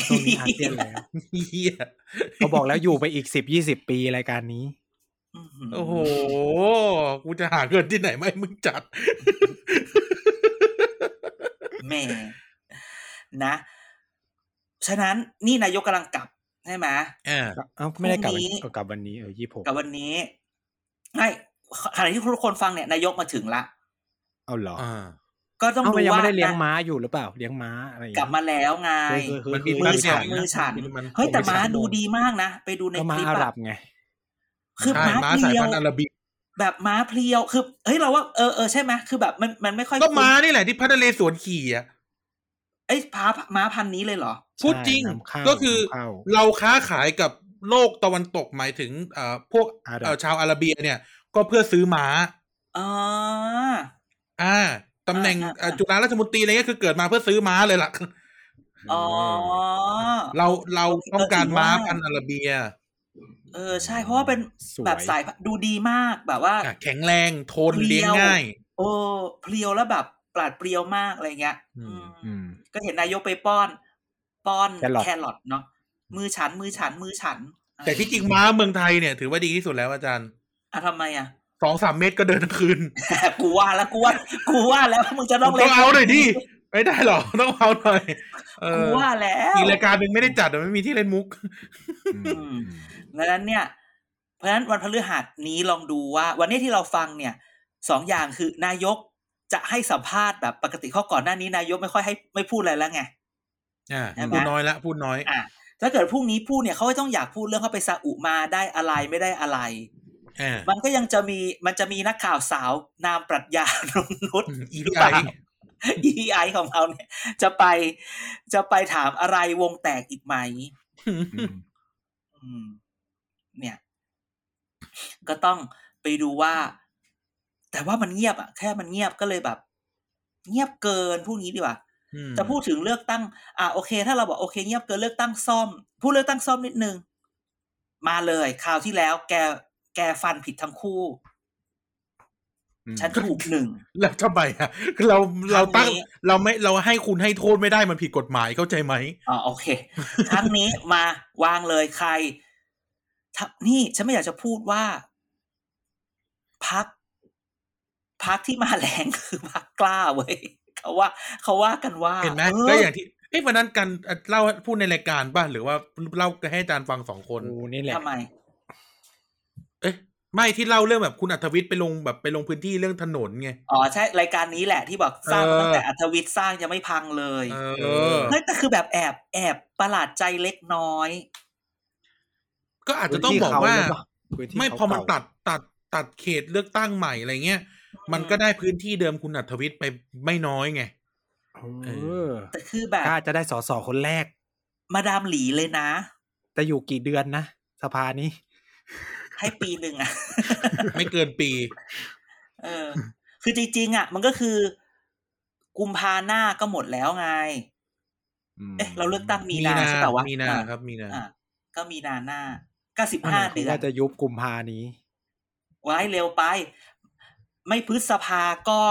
[SPEAKER 3] ช่วงนี้อาเซียนแล้ว
[SPEAKER 2] เฮีย
[SPEAKER 3] เขาบอกแล้วอยู่ไปอีกสิบยี่สิบปีรายการนี้
[SPEAKER 4] อื้อ
[SPEAKER 2] โอ้โห กูจะหาเงินที่ไหนไม่มึงจัด
[SPEAKER 4] แหม่นะ ฉะนั้นนี่นายกกำลังกลับใช่ไหม
[SPEAKER 2] อ่า
[SPEAKER 3] เอ้าไม่ได้กลับ
[SPEAKER 4] พรุ่งนี้
[SPEAKER 3] เอากลับวันนี้เออยี่หก
[SPEAKER 4] กับวันนี้ไม่ขณะที่ทุกคนฟังเนี่ย นายกมาถึงละ
[SPEAKER 3] เอาเหรอ
[SPEAKER 2] อ่า
[SPEAKER 4] ก็ต้อง
[SPEAKER 3] เอ้า
[SPEAKER 4] ดู
[SPEAKER 3] มันยัง
[SPEAKER 4] ว่า
[SPEAKER 3] ไม่ได้เลี้ยง
[SPEAKER 4] นะ
[SPEAKER 3] ม้าอยู่หรือเปล่าเลี้ยงม้าอะไรอย่าง
[SPEAKER 4] กลับ
[SPEAKER 3] เงี้ย
[SPEAKER 4] มาแล้วไง
[SPEAKER 2] มันมี
[SPEAKER 4] มือ
[SPEAKER 2] เดี๋
[SPEAKER 4] ฉั
[SPEAKER 2] ยวน
[SPEAKER 4] มือฉัน
[SPEAKER 2] มัน
[SPEAKER 4] เฮ้ย แต่
[SPEAKER 2] ผมไม่
[SPEAKER 4] ม้า
[SPEAKER 2] ทราบ
[SPEAKER 4] ดูดีมากนะ ไปดูใน
[SPEAKER 3] ก็
[SPEAKER 4] ค
[SPEAKER 3] มา
[SPEAKER 4] ลิป
[SPEAKER 3] อาหรั
[SPEAKER 4] อะ
[SPEAKER 3] บไง
[SPEAKER 4] คือ
[SPEAKER 2] ใช่
[SPEAKER 4] ม้า
[SPEAKER 2] ม้า
[SPEAKER 4] เพ
[SPEAKER 2] สาย
[SPEAKER 4] ลียว
[SPEAKER 2] พั
[SPEAKER 4] น
[SPEAKER 2] ธุ์อาราบิก
[SPEAKER 4] แบบม้าเพลียวคือเฮ้ยเราว่าเออเออใช่ไหมคือแบบมันมันไม่ค่อย
[SPEAKER 2] ก็
[SPEAKER 4] คุ้น
[SPEAKER 2] ม้านี่แหละที่พัทเลสวนขี่อ่ะ
[SPEAKER 4] เอ้ยม้าม้าพันธุ์นี้เลยเหรอ
[SPEAKER 2] พูดจริง
[SPEAKER 3] ใช่นำเข้า
[SPEAKER 2] ก็คือ
[SPEAKER 3] นำเข้า
[SPEAKER 2] เราค้าขายกับโลกตะวันตกหมายถึงเอ่อพวก
[SPEAKER 3] อาหรับ
[SPEAKER 2] เอ่อชาวอาระเบียเนี่ย ก็เพื่อซื้อม้า
[SPEAKER 4] อ๋อ
[SPEAKER 2] อ่าตำแหน่ง
[SPEAKER 4] อ่าอ่า
[SPEAKER 2] เอ่อจุฬาราชมนตรีอะไรเงี้ยคือเกิดมาเพื่อซื้อม้าเลยล่ะ
[SPEAKER 4] อ๋อ
[SPEAKER 2] เราเราต้องการม้า
[SPEAKER 4] เออ
[SPEAKER 2] พันธุ์อาราเบีย
[SPEAKER 4] เออใช่เพราะว่าเป็น
[SPEAKER 3] สวย
[SPEAKER 4] แบบสายพันธุ์ดูดีมากแบบว่า
[SPEAKER 2] อ่ะแข็งแรงทน
[SPEAKER 4] เรียว
[SPEAKER 2] เลี้ยงง่าย
[SPEAKER 4] โอ้เพลียวแล้วแบบปราดเปรียวมากอะไรเงี้ย
[SPEAKER 2] อืม
[SPEAKER 4] อื
[SPEAKER 3] อื
[SPEAKER 4] ม
[SPEAKER 3] ม
[SPEAKER 4] ก็เห็นนายกไปป้อน ป้อน
[SPEAKER 3] แครอท
[SPEAKER 4] แครอทเนาะมือฉันมือฉันมือฉัน
[SPEAKER 2] แต่ที่จริงม้าเมืองไทยเนี่ยถือว่าดีที่สุดแล้วอาจารย์
[SPEAKER 4] อ่ะทำไมอ่ะ
[SPEAKER 2] สองสามเมตรก็เดินทั้งคืน
[SPEAKER 4] กูว่าแล้วกูว่ากูว่าแล้วมึงจะ
[SPEAKER 2] ต้
[SPEAKER 4] ต้
[SPEAKER 2] อ
[SPEAKER 4] อง งเล่น
[SPEAKER 2] เอาหน่อยดิไม่ได้หรอต้องเอาหน่อยเอ
[SPEAKER 4] กู
[SPEAKER 2] อ
[SPEAKER 4] ว่าแล้ว
[SPEAKER 2] อีกรายการหนึ่งไม่ได้จัดอะไม่มีที่เล่นมุก
[SPEAKER 4] อืมดังนั้นเนี่ย เพราะฉะนั้นวันพฤหัสนี้ลองดูว่า วันนี้ที่เราฟังเนี่ยสองอย่างคือนายกจะให้สัมภาษณ์แบบปกติข้อก่อนหน้านี้นายกไม่ค่อยให้ไม่พูดอะไรแล้วไง
[SPEAKER 2] อ่า
[SPEAKER 4] ใช่ไหม
[SPEAKER 2] พูดน้อยละพูดน้อย
[SPEAKER 4] อ่ะถ้าเกิดพรุ่งนี้พูดเนี่ยเขาก็ต้องอยากพูดเรื่องเขาไปซาอุมาได้อะไรไม่ได้อะไร
[SPEAKER 2] อ่า
[SPEAKER 4] มันก็ยังจะมีมันจะมีนักข่าวสาวนามปรัชญา นงนุช
[SPEAKER 2] อี
[SPEAKER 4] หรือ
[SPEAKER 2] พี
[SPEAKER 4] เป
[SPEAKER 2] ไอ
[SPEAKER 4] ล่า EI ของเราเนี่ย จะไปจะไปถามอะไรวงแตกอีกไหม อืม เนี่ย ก็ต้องไปดูว่า แต่ว่ามันเงียบอะแค่มันเงียบก็เลยแบบ เงียบเกินพวกนี้ดีกว่า จะพูดถึงเลือกตั้ง อ่ะโอเค ถ้าเราบอกโอเคเงียบเกินเลือกตั้งซ่อม พูดเลือกตั้งซ่อมนิดนึง มาเลยคราวที่แล้ว แก แกฟันผิดทั้งคู่ ฉันถูกหนึ่ง
[SPEAKER 2] แล้วทำไมอ่ะเราเราตั้ง
[SPEAKER 4] ครั้งนี้
[SPEAKER 2] เราไม่เราให้คุณให้โทษไม่ได้มันผิดกฎหมายเข้าใจไหม
[SPEAKER 4] อ๋อโอเค ครั้งนี้มาวางเลยใครถ้านี่ฉันไม่อยากจะพูดว่า พัก พักที่มาแรงคือพักกล้าเว้ย เขาว่า เขาว่ากันว่า
[SPEAKER 2] เห็นไหม
[SPEAKER 4] อ
[SPEAKER 2] ก็
[SPEAKER 4] อ
[SPEAKER 2] อย่างที่เอ้ยวันนั้นกันเล่าพูดในรายการป่ะหรือว่าเล่าให้อาจารย์ฟังสองคน
[SPEAKER 3] กูนี่แหละ
[SPEAKER 4] ทำไม
[SPEAKER 2] เอ้ยไม่ที่เล่าเรื่องแบบคุณอัธวิทย์ไปลงแบบไปลงพื้นที่เรื่องถนนไง
[SPEAKER 4] อ๋อใช่รายการนี้แหละที่บอกสร้างมาตั้งแต่อัธวิทย์สร้างยังไม่พังเลย
[SPEAKER 2] เออ
[SPEAKER 4] เฮ้ยแต่คือแบบแอบแอบประหลาดใจเล็กน้อย
[SPEAKER 2] ก็อาจจะต้องบอกว่า
[SPEAKER 3] พื้นที่เขหรืเปล่าพื้นที่
[SPEAKER 2] ไม่
[SPEAKER 3] เข
[SPEAKER 2] พอมันตั
[SPEAKER 3] เก่า
[SPEAKER 2] ดตัดตัดเขตเลือกตั้งใหม่อะไรเงี้ย มันก็ได้พื้นที่เดิมคุณอัธวิทย์ไปไม่น้อยไง
[SPEAKER 3] เออ
[SPEAKER 4] แต่คือแบบ
[SPEAKER 3] กล้าจะได้สอสอคนแรก
[SPEAKER 4] มาดามหลีเลยนะ
[SPEAKER 3] แต่อยู่กี่เดือนนะสภานี้
[SPEAKER 4] ให้ปีหนึ่งอ่ะ
[SPEAKER 2] ไม่เกินปี
[SPEAKER 4] เออ คือจริงๆอ่ะ มันก็คือ กุมภาหน้าก็หมดแล้วไง เอ๊ะ เราเลือกตั้งมี
[SPEAKER 2] มี
[SPEAKER 4] นา
[SPEAKER 2] นา
[SPEAKER 4] ใช่ป่าวะ
[SPEAKER 2] มีนา
[SPEAKER 4] อ่ะ
[SPEAKER 2] ครับ มีนา
[SPEAKER 4] อ่ะก็มีนาหน้าเก้าสิบ
[SPEAKER 3] อันไห
[SPEAKER 4] ห้าน เดือ
[SPEAKER 3] เขา
[SPEAKER 4] น
[SPEAKER 3] ว่าจะยุบกุมภานี้
[SPEAKER 4] ไว้เร็วไป ไม่พฤษภาก็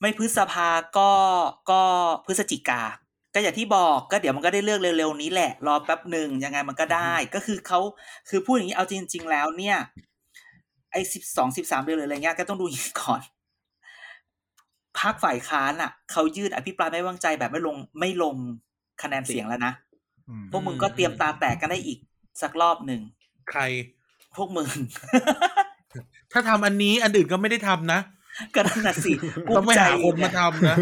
[SPEAKER 4] ไม่พฤษภาก็ก็พฤศจิกา ก็อย่างที่บอกก็เดี๋ยวมันก็ได้เลือกเร็วๆนี้แหละ รอแป๊บหนึ่งยังไงมันก็ได้ ก็คือเขาคือพูดอย่างนี้เอาจริง ๆ แล้วเนี่ย ไอ้สิบสองสิบสามเดือนหรืออะไรเงี้ยก็ต้องดูอีกก่อนพักฝ่ายค้านอ่ะเขายืดอภิปรายไม่ไว้วางใจแบบไม่ลงไม่ลงคะแนนเสียงแล้วนะ
[SPEAKER 3] อืม
[SPEAKER 4] พวกมึงก็เตรียมตาแตกกันได้อีกสักรอบหนึ่ง
[SPEAKER 2] ใคร
[SPEAKER 4] พวกมึง
[SPEAKER 2] ถ้าทำอันนี้อันอื่นก็ไม่ได้ทำนะ
[SPEAKER 4] ก็นั่นนะสิกุ้
[SPEAKER 2] ต้องไปหาคนมา
[SPEAKER 4] ใจ
[SPEAKER 2] ทำนะ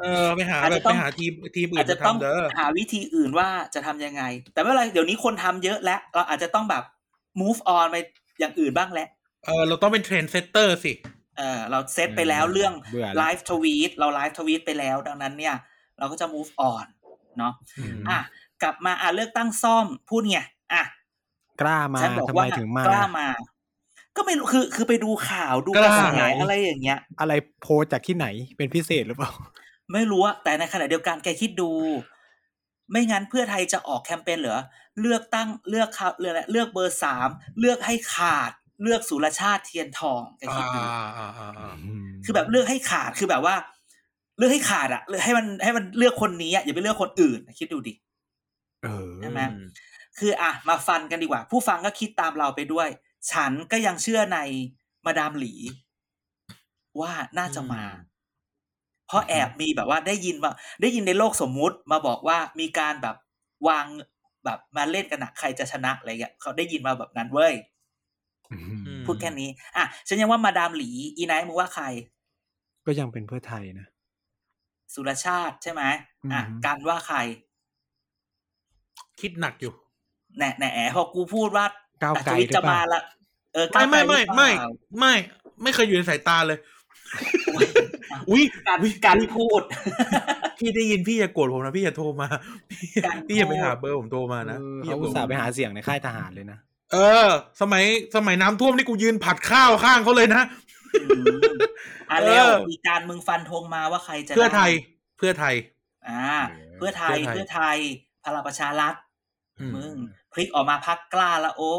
[SPEAKER 2] เออ ไปหา
[SPEAKER 4] อาจ
[SPEAKER 2] แบ
[SPEAKER 4] จะ
[SPEAKER 2] บ
[SPEAKER 4] ต้
[SPEAKER 2] ไป
[SPEAKER 4] อง
[SPEAKER 2] หาทีมทีม
[SPEAKER 4] อยู่เนี่ยอาจจะ
[SPEAKER 2] อื่นมา
[SPEAKER 4] ต้อง
[SPEAKER 2] ทำเด้อ
[SPEAKER 4] หาวิธีอื่นว่าจะทำยังไง แต่ไม่เป็นไรเดี๋ยวนี้คนทำเยอะแล้ว เราอาจจะต้องแบบ move on ไปอย่างอื่นบ้างแหละ
[SPEAKER 2] เออ เราต้องเป็นเทรนเซตเตอร์สิ
[SPEAKER 4] เออเราเซตไปแล้วเรื่อง
[SPEAKER 3] เบื่อ
[SPEAKER 4] ไล
[SPEAKER 3] แล้ว
[SPEAKER 4] ฟ์ทวีตเราไลฟ์ทวีตไปแล้ว ดังนั้นเนี่ย เราก็จะ move on เนาะ
[SPEAKER 3] อืม
[SPEAKER 4] อ่ะกลับมาอ่ะเลือกตั้งซ่อมพูดไงอ่ะ
[SPEAKER 3] กล้ามา
[SPEAKER 4] ฉันบอก
[SPEAKER 3] ทำไม
[SPEAKER 4] ว่า
[SPEAKER 3] ถึงมาก
[SPEAKER 4] ล้ามา ก็ไม่รู้คือคือไปดูข่าวดู
[SPEAKER 2] ก
[SPEAKER 4] กระ
[SPEAKER 2] ล้า
[SPEAKER 4] แสอะไรอย่างเงี้ย
[SPEAKER 3] อะไรโพลจากที่ไหนเป็นพิเศษหรือเปล่า
[SPEAKER 4] ไม่รู้อะแต่ในขณะเดียวกันแกคิดดู ไม่งั้นเพื่อไทยจะออกแคมเปญเหรอเลือกตั้งเลือกเขาเลือกอะไรเลือกเบอร์สามเลือกให้ขาด เลือกสุรชาติเทียนทองแก
[SPEAKER 2] อ่า
[SPEAKER 4] คิดดู
[SPEAKER 2] อ่าอ่าอ่า
[SPEAKER 4] คือแบบเลือกให้ขาดคือแบบว่า เลือกให้ขาดอะเลือกให้มันให้มันเลือกคนนี้อะอย่าไปเลือกคนอื่นคิดดูดิ
[SPEAKER 3] เออ
[SPEAKER 4] ใช่ไหม คืออ่ะมาฟันกันดีกว่า ผู้ฟังก็คิดตามเราไปด้วย ฉันก็ยังเชื่อในมาดามหลี ว่าน่าจะมา เพราะแอบมีแบบว่าได้ยินว่า ได้ยินในโลกสมมุติมาบอกว่ามีการแบบวางแบบมาเล่นกันนะใครจะชนะอะไรเงี้ยเขาได้ยินมาแบบนั้นเว้ย
[SPEAKER 3] อืม
[SPEAKER 4] พูดแค่นี้ อ่ะฉันยังว่ามาดามหลี อีไนท์มึงว่าใคร
[SPEAKER 3] ก็ยังเป็นเพื่อไทยนะ
[SPEAKER 4] สุรชาติใช่ไหมอ่ะ
[SPEAKER 3] อืม
[SPEAKER 4] การว่าใคร
[SPEAKER 2] คิดหนักอยู่
[SPEAKER 4] แหน่แหน่แอ๋พอกูพูดว่า
[SPEAKER 3] ก้าว
[SPEAKER 4] อัจ
[SPEAKER 3] ไกล
[SPEAKER 4] วิท
[SPEAKER 3] ห
[SPEAKER 4] ย์
[SPEAKER 3] รือ
[SPEAKER 4] จะ
[SPEAKER 3] เป
[SPEAKER 4] มา
[SPEAKER 3] ล่า
[SPEAKER 4] ละเออก้า
[SPEAKER 2] ไม่
[SPEAKER 4] วกล
[SPEAKER 2] ไม่
[SPEAKER 4] หรื
[SPEAKER 2] ไม่
[SPEAKER 4] อเป
[SPEAKER 2] ไม่
[SPEAKER 4] ล่า
[SPEAKER 2] ไม่ไม่เคยอยู่ในสายตาเลย อุ้ย
[SPEAKER 4] การ
[SPEAKER 2] อุ๊ย
[SPEAKER 4] การพูด
[SPEAKER 2] พี่ได้ยินพี่อย่าโกรธผมนะพี่อย่าโทรมา พี่
[SPEAKER 4] การ
[SPEAKER 2] พี่อย่าไป
[SPEAKER 4] พูด
[SPEAKER 2] หาเบอร์ผมโทรมานะ
[SPEAKER 3] เออ
[SPEAKER 2] พี่อย่
[SPEAKER 3] เขา
[SPEAKER 2] โกรธ
[SPEAKER 3] อุตส่าห์ไปหาเสียงในค่ายทหารเลยนะ
[SPEAKER 2] เออ สมัยสมัยน้ำท่วมนี่กูยืนผัดข้าวข้างเขาเลยนะ
[SPEAKER 4] อ่ะแล้ว
[SPEAKER 2] เออ
[SPEAKER 4] มีการมึงฟันธงมาว่าใครจะ
[SPEAKER 2] เพื่อไทย
[SPEAKER 4] ด้
[SPEAKER 2] เพื่อไทย
[SPEAKER 4] อ่า เพื่อไทย
[SPEAKER 2] เพื่
[SPEAKER 4] เพื่
[SPEAKER 2] อ
[SPEAKER 4] อ
[SPEAKER 2] ไท
[SPEAKER 4] ไท
[SPEAKER 2] ย
[SPEAKER 4] ยพลังประชารัฐ
[SPEAKER 2] อืม
[SPEAKER 4] มึงพลิกออกมาพักกล้าละโอ้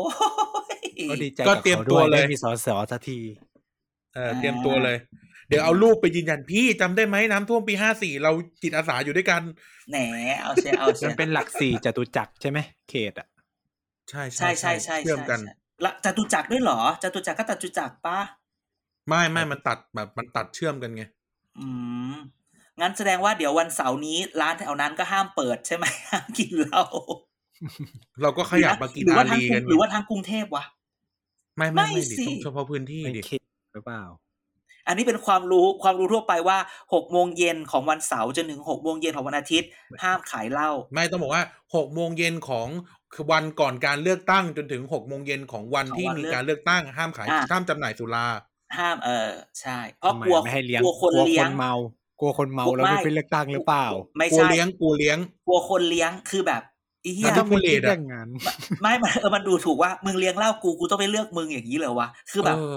[SPEAKER 4] ย
[SPEAKER 3] ก็ดีใจ
[SPEAKER 2] ก็
[SPEAKER 3] กับ
[SPEAKER 2] เตรียมตั
[SPEAKER 3] เขาด้
[SPEAKER 2] ว
[SPEAKER 3] วย
[SPEAKER 2] เลย
[SPEAKER 3] ได้มีสอสอสักที
[SPEAKER 2] เออเตรียมตัวเลย เดี๋ยวเอารูปไปยืนยันพี่จำได้ไหมน้ำท่วมปีห้าสี่เราจิตอาสาอยู่ด้วยกัน
[SPEAKER 4] แหนเอาเชียเอาเชี
[SPEAKER 3] มั
[SPEAKER 4] ย
[SPEAKER 3] นเป็นหลักสี่จตุจักรใช่ไหมเขตอ่ะ
[SPEAKER 2] ใช่
[SPEAKER 4] ใช่ใช่ใช่
[SPEAKER 2] เชื่อมกัน
[SPEAKER 4] ใช่ละจตุจักรด้วยเหรอจตุจักรก็จตุจักรปะ
[SPEAKER 2] ไม่ไม่มันตัดแบบมันตัดเชื่อมกันไง
[SPEAKER 4] อืมงั้นแสดงว่าเดี๋ยววันเสาร์นี้ร้านแถวนั้นก็ห้ามเปิดใช่ไหม ห้ามกินเหล้า
[SPEAKER 2] เราก็ขยับมากิน
[SPEAKER 4] หรือ
[SPEAKER 2] อา
[SPEAKER 4] ว่าทาง
[SPEAKER 2] รี
[SPEAKER 4] กรุ
[SPEAKER 2] กั
[SPEAKER 4] ง
[SPEAKER 2] น
[SPEAKER 4] หรือว่าทางกรุงเทพวะ
[SPEAKER 2] ไม่ไม่ไม่
[SPEAKER 4] ไม่
[SPEAKER 2] ดิ
[SPEAKER 4] สิ
[SPEAKER 2] เฉพาะพื้นที่
[SPEAKER 3] เป็น
[SPEAKER 2] ดิ
[SPEAKER 3] เขตหรือเปล่า
[SPEAKER 4] อันนี้เป็นความรู้ความรู้ทั่วไปว่าหกโมงเย็นของวันเสาร์จนถึงหกโมงเย็นของวันอาทิตย์ ห้ามขายเหล้า
[SPEAKER 2] ไม่ต้องบอกว่าหกโมงเย็นของวันก่อนการเลือกตั้งจนถึงหกโมงเย็นของวันที่มีการเลือกตั้งห้ามขายห้ามจำหน่ายสุรา
[SPEAKER 4] ห้ามเออใช่ เพราะ
[SPEAKER 3] ทำไม
[SPEAKER 4] กลัว
[SPEAKER 3] ไม่ให้เลี้ยง
[SPEAKER 4] กลัวคนเลี้ยง
[SPEAKER 3] เมากลัวคนเมาแล้ว
[SPEAKER 4] ไม่
[SPEAKER 3] ไม่ไปเลือกตั้งหรือเปล่า
[SPEAKER 4] ไม่
[SPEAKER 2] กู
[SPEAKER 4] ใช่
[SPEAKER 2] เลี้ยงกูเลี้ยง
[SPEAKER 4] กลัวคนเลี้ยงคือแบบอีเหี้ย
[SPEAKER 2] แล้วถ้า
[SPEAKER 3] มันคิดอย่างนั้น
[SPEAKER 4] ไม่มันเออมันดูถูกว่ามึงเลี้ยงเหล้ากูกูต้องไปเลือกมึงอย่างนี้เลยวะคือแบบ
[SPEAKER 2] เออ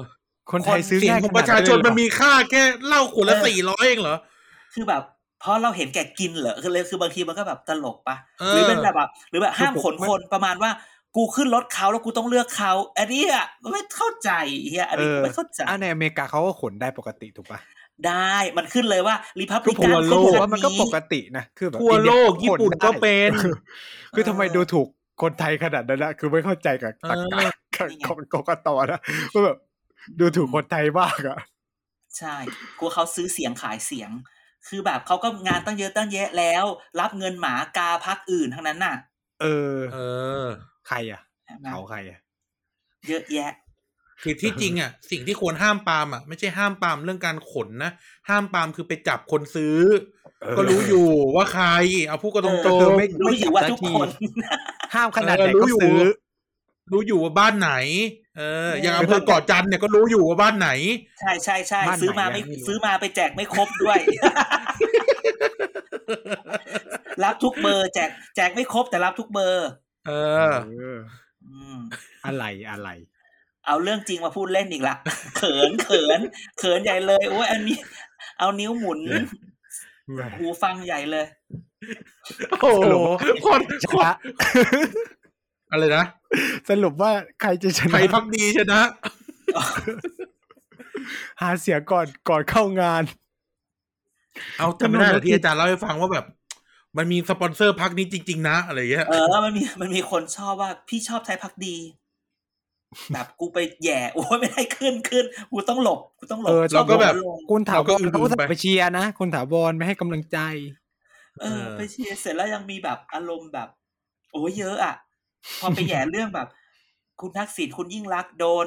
[SPEAKER 3] คนไทยซื้อ
[SPEAKER 2] เสียง
[SPEAKER 3] ง่าย
[SPEAKER 2] ข
[SPEAKER 3] ข
[SPEAKER 2] อง
[SPEAKER 3] นด
[SPEAKER 2] ประชาชนมันมีค่าแค่เหล้าขวดละ
[SPEAKER 4] เออ
[SPEAKER 2] สี่ร้อยเองเหรอ
[SPEAKER 4] คือแบบ เพราะเราเห็นแก่กินเหรอคือเลยคือบางทีมันก็แบบตลกปะ
[SPEAKER 2] เออ
[SPEAKER 4] หรือเป็นแบบ หรือแบบห้ามขนคนประมาณว่ากูขึ้นรถเขาแล้วกูต้องเลือกเขาอันนี้อะไม่เข้าใจเฮียอันนี้ไม่เข้าใจ
[SPEAKER 3] อ่ะในอเมริกาเขาก็ขนได้ปกติถูกปะ
[SPEAKER 4] ได้มันขึ้นเลยว่าริพับ
[SPEAKER 2] ก็
[SPEAKER 4] ลิ
[SPEAKER 2] ทั่
[SPEAKER 4] กัน
[SPEAKER 2] วโล อ้
[SPEAKER 3] ผม
[SPEAKER 2] ก
[SPEAKER 3] ว่ามันก็ปกตินะคือแบบ
[SPEAKER 2] ทั่วโลก
[SPEAKER 3] อิ
[SPEAKER 2] ญี่
[SPEAKER 3] เดีย
[SPEAKER 2] ปุ่นก็เป็น
[SPEAKER 3] ขได้คือทำไมดูถูกคนไทยขนาดนั้นนะคือไม่เข้าใจกับ
[SPEAKER 2] เออ
[SPEAKER 3] ตรรกะของกกตนะว่าแบบดูถูกคนไทยมากอ่ะ
[SPEAKER 4] ใช่กลัวเขาซื้อเสียงขายเสียง คือแบบเขาก็งานตั้งเยอะตั้งแยะแล้ว รับเงินหมากาพักอื่นทั้งนั้นน่ะ
[SPEAKER 3] เออ
[SPEAKER 2] เออ
[SPEAKER 3] ใครอ่ะ
[SPEAKER 4] ใช่ไหม
[SPEAKER 3] เขาใครอ่ะ
[SPEAKER 4] เยอะแยะ
[SPEAKER 2] คือที่จริงอ่ะ สิ่งที่ควรห้ามปรามอ่ะไม่ใช่ห้ามปรามเรื่องการขนนะห้ามปรามคือไปจับคนซื้อ
[SPEAKER 3] เออ
[SPEAKER 2] ก็รู้อยู่ว่าใคร เอาพูดก็ตรง
[SPEAKER 4] เอ
[SPEAKER 2] ๆ
[SPEAKER 3] คือไม่
[SPEAKER 4] รู้อยู่ว่าทุกคน
[SPEAKER 3] ห้ามขนาดไหน
[SPEAKER 2] เออรู้
[SPEAKER 3] ก็
[SPEAKER 2] อยู่
[SPEAKER 3] ซื้อ
[SPEAKER 2] รู้อยู่ว่าบ้านไหน เ เอออย่างอำเภอเกาะจันทร์เนี่ยก็รู้อยู่ว่าบ้านไหน
[SPEAKER 4] ใช่ใช่ใช่
[SPEAKER 3] บ้านไหน
[SPEAKER 4] ซื้อมา
[SPEAKER 3] อะ
[SPEAKER 4] ไม่
[SPEAKER 3] ไม่รู้
[SPEAKER 4] ซื้อมาไปแจกไม่ครบด้วย รับทุกเบอร์ แจกแจกไม่ครบแต่รับทุกเบอร์
[SPEAKER 2] เออ
[SPEAKER 3] เออ
[SPEAKER 4] อืม
[SPEAKER 3] อะไรอะไร
[SPEAKER 4] เอาเรื่องจริงมาพูดเล่นอีกละ เขินเขินเขินใหญ่เลยโอ้ยอันนี้ เอานิ้วหมุน หูฟังใหญ่เลย
[SPEAKER 2] โอ้
[SPEAKER 3] สรุป
[SPEAKER 2] โห
[SPEAKER 3] ว่า
[SPEAKER 2] คน
[SPEAKER 3] ช
[SPEAKER 2] คน
[SPEAKER 3] นะ
[SPEAKER 2] อะไรนะ
[SPEAKER 3] สรุปว่าใครจะช
[SPEAKER 2] ไท
[SPEAKER 3] นะ
[SPEAKER 2] ยพักดีชนะ
[SPEAKER 3] หาเสียงก่อนก่อนเข้างาน
[SPEAKER 2] เอาจำไม่ได้หรอกที่อาจารย์เล่าให้ฟังว่าแบบ มันมีสปอนเซอร์พักนี้จริง ๆ นะ อะไรเงี้ย
[SPEAKER 4] เออมันมีมันมีคนชอบว่าพี่ชอบไทยพักดี แบบกูไปแหย่ โอ้ยไม่ได้ขึ้นขึ้นกูต้องหลบกูต้องหลบ
[SPEAKER 3] เออ
[SPEAKER 4] ชอ
[SPEAKER 2] เราก็
[SPEAKER 4] ล
[SPEAKER 2] แบบ
[SPEAKER 4] ลง
[SPEAKER 3] คุณถา
[SPEAKER 2] เรา
[SPEAKER 3] ว
[SPEAKER 2] ก็
[SPEAKER 3] ร
[SPEAKER 2] อึ้งๆ
[SPEAKER 3] เขาก็
[SPEAKER 2] ไป
[SPEAKER 3] ไปเชียร์นะคุณถาวรไม่ให้กำลังใจ
[SPEAKER 4] เออ ไปเชียร์เสร็จแล้วยังมีแบบอารมณ์แบบ โอ้ยเยอะอ่ะ พอไปแหย่เรื่องแบบ คุณทักษิณคุณยิ่งรักษณ์โดน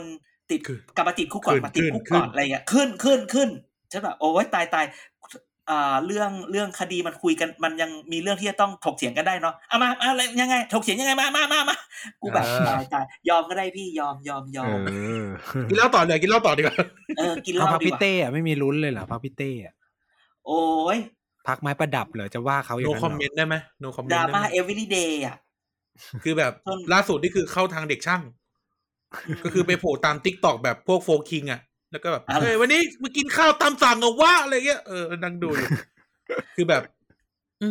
[SPEAKER 4] ติด
[SPEAKER 2] คือ
[SPEAKER 4] กลับมาติดคุกก่อ
[SPEAKER 2] ขึ้
[SPEAKER 4] น
[SPEAKER 2] น
[SPEAKER 4] มาติดคุก
[SPEAKER 2] ขึ้น
[SPEAKER 4] ก่อ
[SPEAKER 2] ขึ้
[SPEAKER 4] น
[SPEAKER 2] น
[SPEAKER 4] อะไรเงี้ยขึ้นขึ้นขึ้นฉันแบบโอ้ยตายตายอ่าเรื่องเรื่องคดีมันคุยกันมันยังมีเรื่องที่จะต้องถกเถียงกันได้เนาะเอามาเอาอะไรยังไง ถกเถียงยังไงมามามามากูแบบ
[SPEAKER 2] เออ
[SPEAKER 4] ตายตายยอมก็ได้พี่ยอมยอมยอ
[SPEAKER 3] เอ
[SPEAKER 4] ม
[SPEAKER 3] อ
[SPEAKER 2] กินเหล้าต่อเลยกินเหล้าต่อดีกว่า
[SPEAKER 4] เออ กินเห
[SPEAKER 3] เอา
[SPEAKER 4] ล้า
[SPEAKER 3] พัก
[SPEAKER 4] ดี
[SPEAKER 3] พี่
[SPEAKER 4] กว่า
[SPEAKER 3] เต้อะไม่มีลุ้นเลยเหรอพักพี่เต้อะ
[SPEAKER 4] โอ้ย
[SPEAKER 3] พักไม้ประดับเหรอจะว่าเขาอย่า
[SPEAKER 2] no
[SPEAKER 3] งนั้นเหรอ
[SPEAKER 2] comment ได้ไหม no
[SPEAKER 4] ด
[SPEAKER 2] comment
[SPEAKER 4] รา
[SPEAKER 2] ได้
[SPEAKER 4] ม่า
[SPEAKER 2] ไหม
[SPEAKER 4] เอเวอร์เดย์อ่ะ
[SPEAKER 2] คือแบบ
[SPEAKER 4] จน
[SPEAKER 2] ล่าสุดนี่คือเข้าทางเด็กช่าง ก็คือไปโผล่ตามติ๊กตอกแบบพวกโฟคิงอ่ะ แล้วก็แบบ
[SPEAKER 4] อะไร
[SPEAKER 2] เฮ้ยวันนี้มากินข้าวตามสั่งเหรอวะอะไรเงี้ยเออนั่งดูอยู่ คือแบบ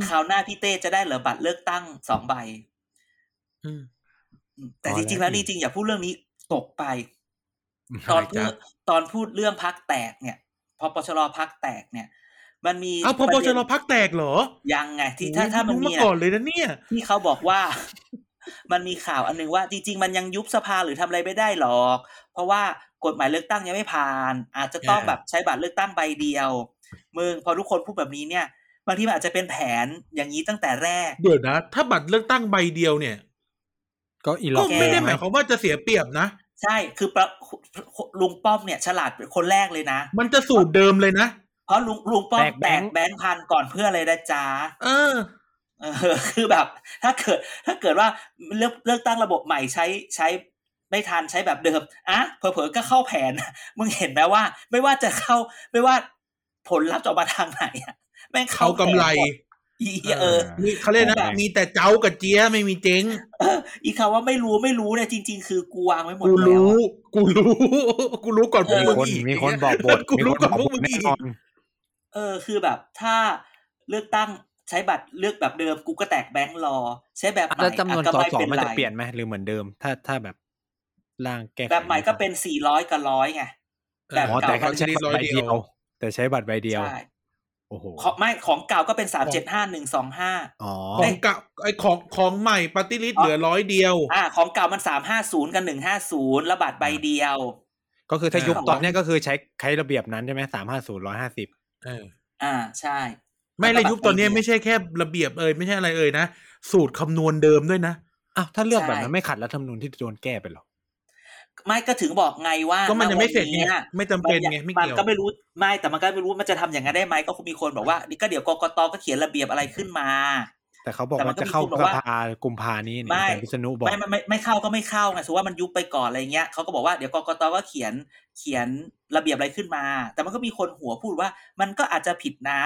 [SPEAKER 4] คราวหน้าพี่เต้จะได้เหรอบัตรเลือกตั้งสองใบ
[SPEAKER 2] อืม
[SPEAKER 4] แต่
[SPEAKER 3] อ๋อ
[SPEAKER 4] จริงๆ แล้ว
[SPEAKER 3] แล้วอี
[SPEAKER 4] นี่
[SPEAKER 3] ก
[SPEAKER 4] จริงอย่าพูดเรื่องนี้ตกไป ตอน
[SPEAKER 2] อะไร
[SPEAKER 4] พูด
[SPEAKER 2] จ๊ะ
[SPEAKER 4] ตอนพูดเรื่องพักแตกเนี่ย พอปชรพักแตกเนี่ย มันมี
[SPEAKER 2] เอาพอ
[SPEAKER 4] ป
[SPEAKER 2] ป
[SPEAKER 4] ระ
[SPEAKER 2] ช
[SPEAKER 4] เด็น
[SPEAKER 2] รพักแตกเหรอ
[SPEAKER 4] ยังไง ที่ถ้าถ้ามัน
[SPEAKER 2] รู้
[SPEAKER 4] มี
[SPEAKER 2] มา
[SPEAKER 4] อะ
[SPEAKER 2] ก่อนเลยนะเนี่ย
[SPEAKER 4] ที่เขาบอกว่า มันมีข่าวอันหนึงว่า จริง ๆ มันยังยุบสภาหรือทำอะไรไม่ได้หรอก เพราะว่ากฎหมายเลือกตั้งยังไม่ผ่าน อาจจะต้อง
[SPEAKER 2] อ่า
[SPEAKER 4] แบบใช้บัตรเลือกตั้งใบเดียวมึงพอทุกคนพูดแบบนี้เนี่ยบางทีมันอาจจะเป็นแผนอย่างนี้ตั้งแต่แรก
[SPEAKER 2] เดี๋ยวนะ ถ้าบัตรเลือกตั้งใบเดียวเนี่ย
[SPEAKER 3] ก็อีหล
[SPEAKER 2] ก็
[SPEAKER 3] อก
[SPEAKER 2] ไม่ได้
[SPEAKER 3] แก
[SPEAKER 2] หมายความว่าจะเสียเปรียบนะ
[SPEAKER 4] ใช่คือประลุงป้อมเนี่ย ฉลาดเป็นคนแรกเลยนะ
[SPEAKER 2] มันจะสูตรเดิมเลยนะ
[SPEAKER 4] เพราะลุงลุงป้อม
[SPEAKER 3] แตกแบ
[SPEAKER 4] แต
[SPEAKER 3] ง
[SPEAKER 4] ก
[SPEAKER 3] ค์
[SPEAKER 4] แบงค์พันก่อนเพื่ออะไรนะจ๊ะ
[SPEAKER 2] เออ
[SPEAKER 4] เออ คือแบบ ถ้าเกิด ถ้าเกิดว่าเลือกเลือกตั้งระบบใหม่ใช้ใช้ไม่ทันใช้แบบเดิมอ่ะเผลอๆก็เข้าแผน มึงเห็นไหมว่า ไม่ว่าจะเข้าไม่ว่าผลลัพธ์จะออกมาทางไหน อะแม่ง
[SPEAKER 2] เขา
[SPEAKER 4] เข้าแผน
[SPEAKER 2] กำไร
[SPEAKER 4] หมดอีเออ
[SPEAKER 2] มีเขาเรียกนะ
[SPEAKER 4] แบ่ง
[SPEAKER 2] มีแต่เจ้ากับเจี๊ยไม่มีเจ๊ง
[SPEAKER 4] เออ อีคำว่าไม่รู้ไม่รู้เนี่ยจริง ๆ คือกูวางไว้หมด
[SPEAKER 2] กู
[SPEAKER 4] แล้ว
[SPEAKER 2] รู้ กูรู้ กูรู้ก่อนพวก
[SPEAKER 3] มี
[SPEAKER 2] มึง
[SPEAKER 3] คน
[SPEAKER 2] อีก
[SPEAKER 3] มีคน บอกบท
[SPEAKER 2] กู
[SPEAKER 3] มี
[SPEAKER 2] รู้
[SPEAKER 3] คน
[SPEAKER 2] ก่อน
[SPEAKER 3] บอก
[SPEAKER 2] พว
[SPEAKER 3] บ
[SPEAKER 2] ก
[SPEAKER 3] ท
[SPEAKER 2] มึง
[SPEAKER 3] แน่
[SPEAKER 2] อีก
[SPEAKER 3] นอน
[SPEAKER 4] เออคือแบบถ้าเลือกตั้งใช้บัตรเลือกแบบเดิมกูก็แตกแบงค์รอ ใช้แบบใหม่
[SPEAKER 3] แล้วจำนวน
[SPEAKER 4] อ่ะ
[SPEAKER 3] ส
[SPEAKER 4] ก็
[SPEAKER 3] สมันจะ
[SPEAKER 4] ไไร
[SPEAKER 3] เปลี่ยนไหมหรือเหมือนเดิม ถ้าถ้าแบบร่างแก้ไข
[SPEAKER 4] แบบใหม่ก็เป็นสี่ร้อยกับร้อยไง แบบ
[SPEAKER 2] เ
[SPEAKER 3] อ๋อแต่เขาใช้บัตรใบเดียว แต่ใช้บัตรใบเดียว
[SPEAKER 4] ใช่
[SPEAKER 3] โอ้โห
[SPEAKER 4] ของไม่ของเก่าก็เป็นสามเจ็ดห้าหนึ่งสองห้า
[SPEAKER 3] อ๋อ
[SPEAKER 2] ของเก่าไอของของใหม่ปฏิริษเหลือร้อยเดียว
[SPEAKER 4] อ่า ของเก่ามันสามห้าศูนย์กับหนึ่งห้าศูนย์ระบาดใบเดียว
[SPEAKER 3] ก็คือถ้ายุบ
[SPEAKER 2] เออ
[SPEAKER 3] ตอนเนี้ยก็คือใช้ใช้ระเบียบนั้นใช่ไหมสามห้าศูนย์ร้อยห้าสิบ
[SPEAKER 2] เออ
[SPEAKER 4] อ่าใช่
[SPEAKER 2] ไม่เลยยุบตอนเนี้ยไม่ใช่แค่ระเบียบเอ่ยไม่ใช่อะไรเอ่ยนะ สูตรคำนวณเดิมด้วยนะ
[SPEAKER 3] อ้าวถ้าเลือกแบบนั้
[SPEAKER 4] ใช่
[SPEAKER 3] นไม่ขัดรัฐธรรมนูญที่โดนแก้ไปหรอ
[SPEAKER 4] ไม่ก็ถึงบอกไงว่า
[SPEAKER 2] ก็มันยังไม่เสร็จ
[SPEAKER 4] ณวัน
[SPEAKER 2] ไง
[SPEAKER 4] นี้ย
[SPEAKER 2] ไม่จำเป็นไง
[SPEAKER 4] ยัง
[SPEAKER 2] ไม่
[SPEAKER 4] มัน
[SPEAKER 2] เกี่ยว
[SPEAKER 4] ก็ไม่รู้ไม่แต่มันก็ไม่รู้มันจะทำอย่างนั้นได้ไหมก็คงมีคนบอกว่านี่ก็เดี๋ยวกกตก็เขียนระเบียบอะไรขึ้นมา
[SPEAKER 3] แต่เขาบอก
[SPEAKER 4] แต่มัน
[SPEAKER 3] ว่าจะเข้า
[SPEAKER 4] ก็มีคนบอก
[SPEAKER 3] ส
[SPEAKER 4] ว่า
[SPEAKER 3] ภากุมภานี้นี่
[SPEAKER 4] ไม่
[SPEAKER 3] อาจารย์พิษณุบอก
[SPEAKER 4] ไม่ไม่ไม่ไม่เข้าก็ไม่เข้าไงสมมติว่ามันยุบไปก่อนอะไรเงี้ยเขาก็บอกว่าเดี๋ยวกกตก็เขียนเขียนระเบียบอะไรขึ้นมา แต่มันก็มีคนหัวพูดว่า มันก็อาจจะผิดนะ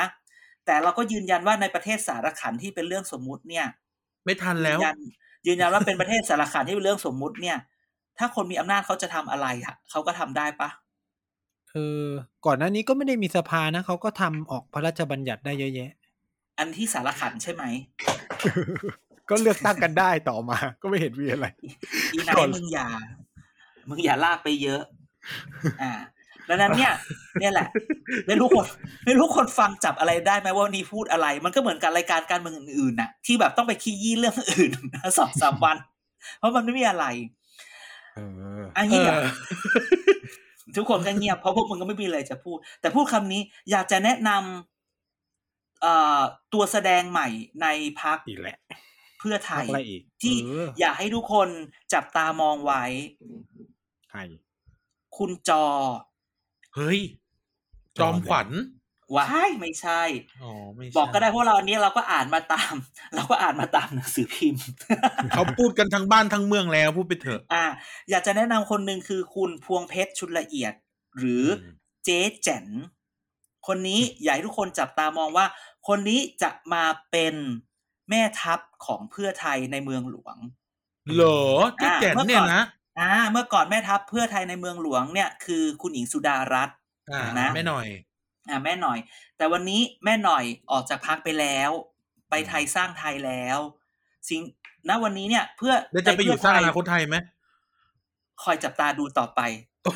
[SPEAKER 4] แต่เราก็ยืนยันว่าในประเทศสารขันที่เป็นเรื่องสมมุติเนี่ย
[SPEAKER 2] ไม่ทัน
[SPEAKER 4] ยื
[SPEAKER 2] แล้ว
[SPEAKER 4] นยันยืนยันว่าเป็นประเทศสารขันที่เป็นเรื่องสมมุติเนี่ย ถ้าคนมีอำนาจเขาจะทำอะไรอะเขาก็ทำได้ปะ
[SPEAKER 3] เออ ก่อนหน้านี้ก็ไม่ได้มีสภานะเขาก็ทำออกพระราชบัญญัติได้เยอะแยะ
[SPEAKER 4] อันที่สารขันใช่ไหม
[SPEAKER 3] ก็เลือกตั้งกันได้ต่อมา ก็ไม่เห็นมีอะไร
[SPEAKER 4] อีนายมึงอย่ามึงอย่าลากไปเยอะ อ่าดังนั้นเนี่ย เนี่ยแหละ ไม่รู้คนไม่รู้คนฟังจับอะไรได้ไหมว่าวันนี้พูดอะไร มันก็เหมือนกับรายการการเมืองอื่นๆน่ะ ที่แบบต้องไปขี้ยี่เรื่องอื่น สอง สามวัน เพราะมันไม่มีอะไร
[SPEAKER 3] เออ
[SPEAKER 4] อ่ะเงียบทุกคนก็เงียบเพราะพวกมึงก็ไม่มีอะไรจะพูด แต่พูดคำนี้อยากจะแนะนำเอ่อตัวแสดงใหม่ในพัก
[SPEAKER 3] อีกแหละ
[SPEAKER 4] เพื่อไท
[SPEAKER 3] พัก
[SPEAKER 4] ย
[SPEAKER 3] อะไรอีก
[SPEAKER 4] ที่
[SPEAKER 3] เออ
[SPEAKER 4] อยากให้ทุกคนจับตามองไว้
[SPEAKER 3] ใคร
[SPEAKER 4] คุณจอ
[SPEAKER 2] เฮ้ย จอมขวัญ
[SPEAKER 4] ว้ายไม่ใช่
[SPEAKER 2] อ๋อไม่ใช่
[SPEAKER 4] บอกก็ได้เพราะเราอันนี้เราก็อ่านมาตาม เราก็อ่านมาตามหนังสือพิมพ์
[SPEAKER 2] เขาพูดกันทั้งบ้านทั้งเมืองแล้วพูดไปเถอะ
[SPEAKER 4] อ่า อยากจะแนะนำคนหนึ่งคือคุณพวงเพชรชุนละเอียด หรืออ
[SPEAKER 2] ม
[SPEAKER 4] เจ๊แจ๋นคนนี้อยากให้ทุกคนจับตามองว่า คนนี้จะมาเป็นแม่ทัพของเพื่อไทยในเมืองหลวง
[SPEAKER 2] เหรอเจ๊แจ๋นเนี่ยนะ
[SPEAKER 4] อ่า เมื่อก่อนแม่ทัพเพื่อไทยในเมืองหลวงเนี่ยคือคุณหญิงสุดารัตน์
[SPEAKER 2] อ่า
[SPEAKER 4] นะ
[SPEAKER 2] แม่หน่อย
[SPEAKER 4] อ่าแม่หน่อย แต่วันนี้แม่หน่อยออกจากพักไปแล้ว ไปไทยสร้างไทยแล้วสิ่งณวันนี้เนี่ย เพื่อ
[SPEAKER 2] แล้วจะไปอยู่สร้างอนาคตไทยไหม
[SPEAKER 4] คอยจับตาดูต่อไป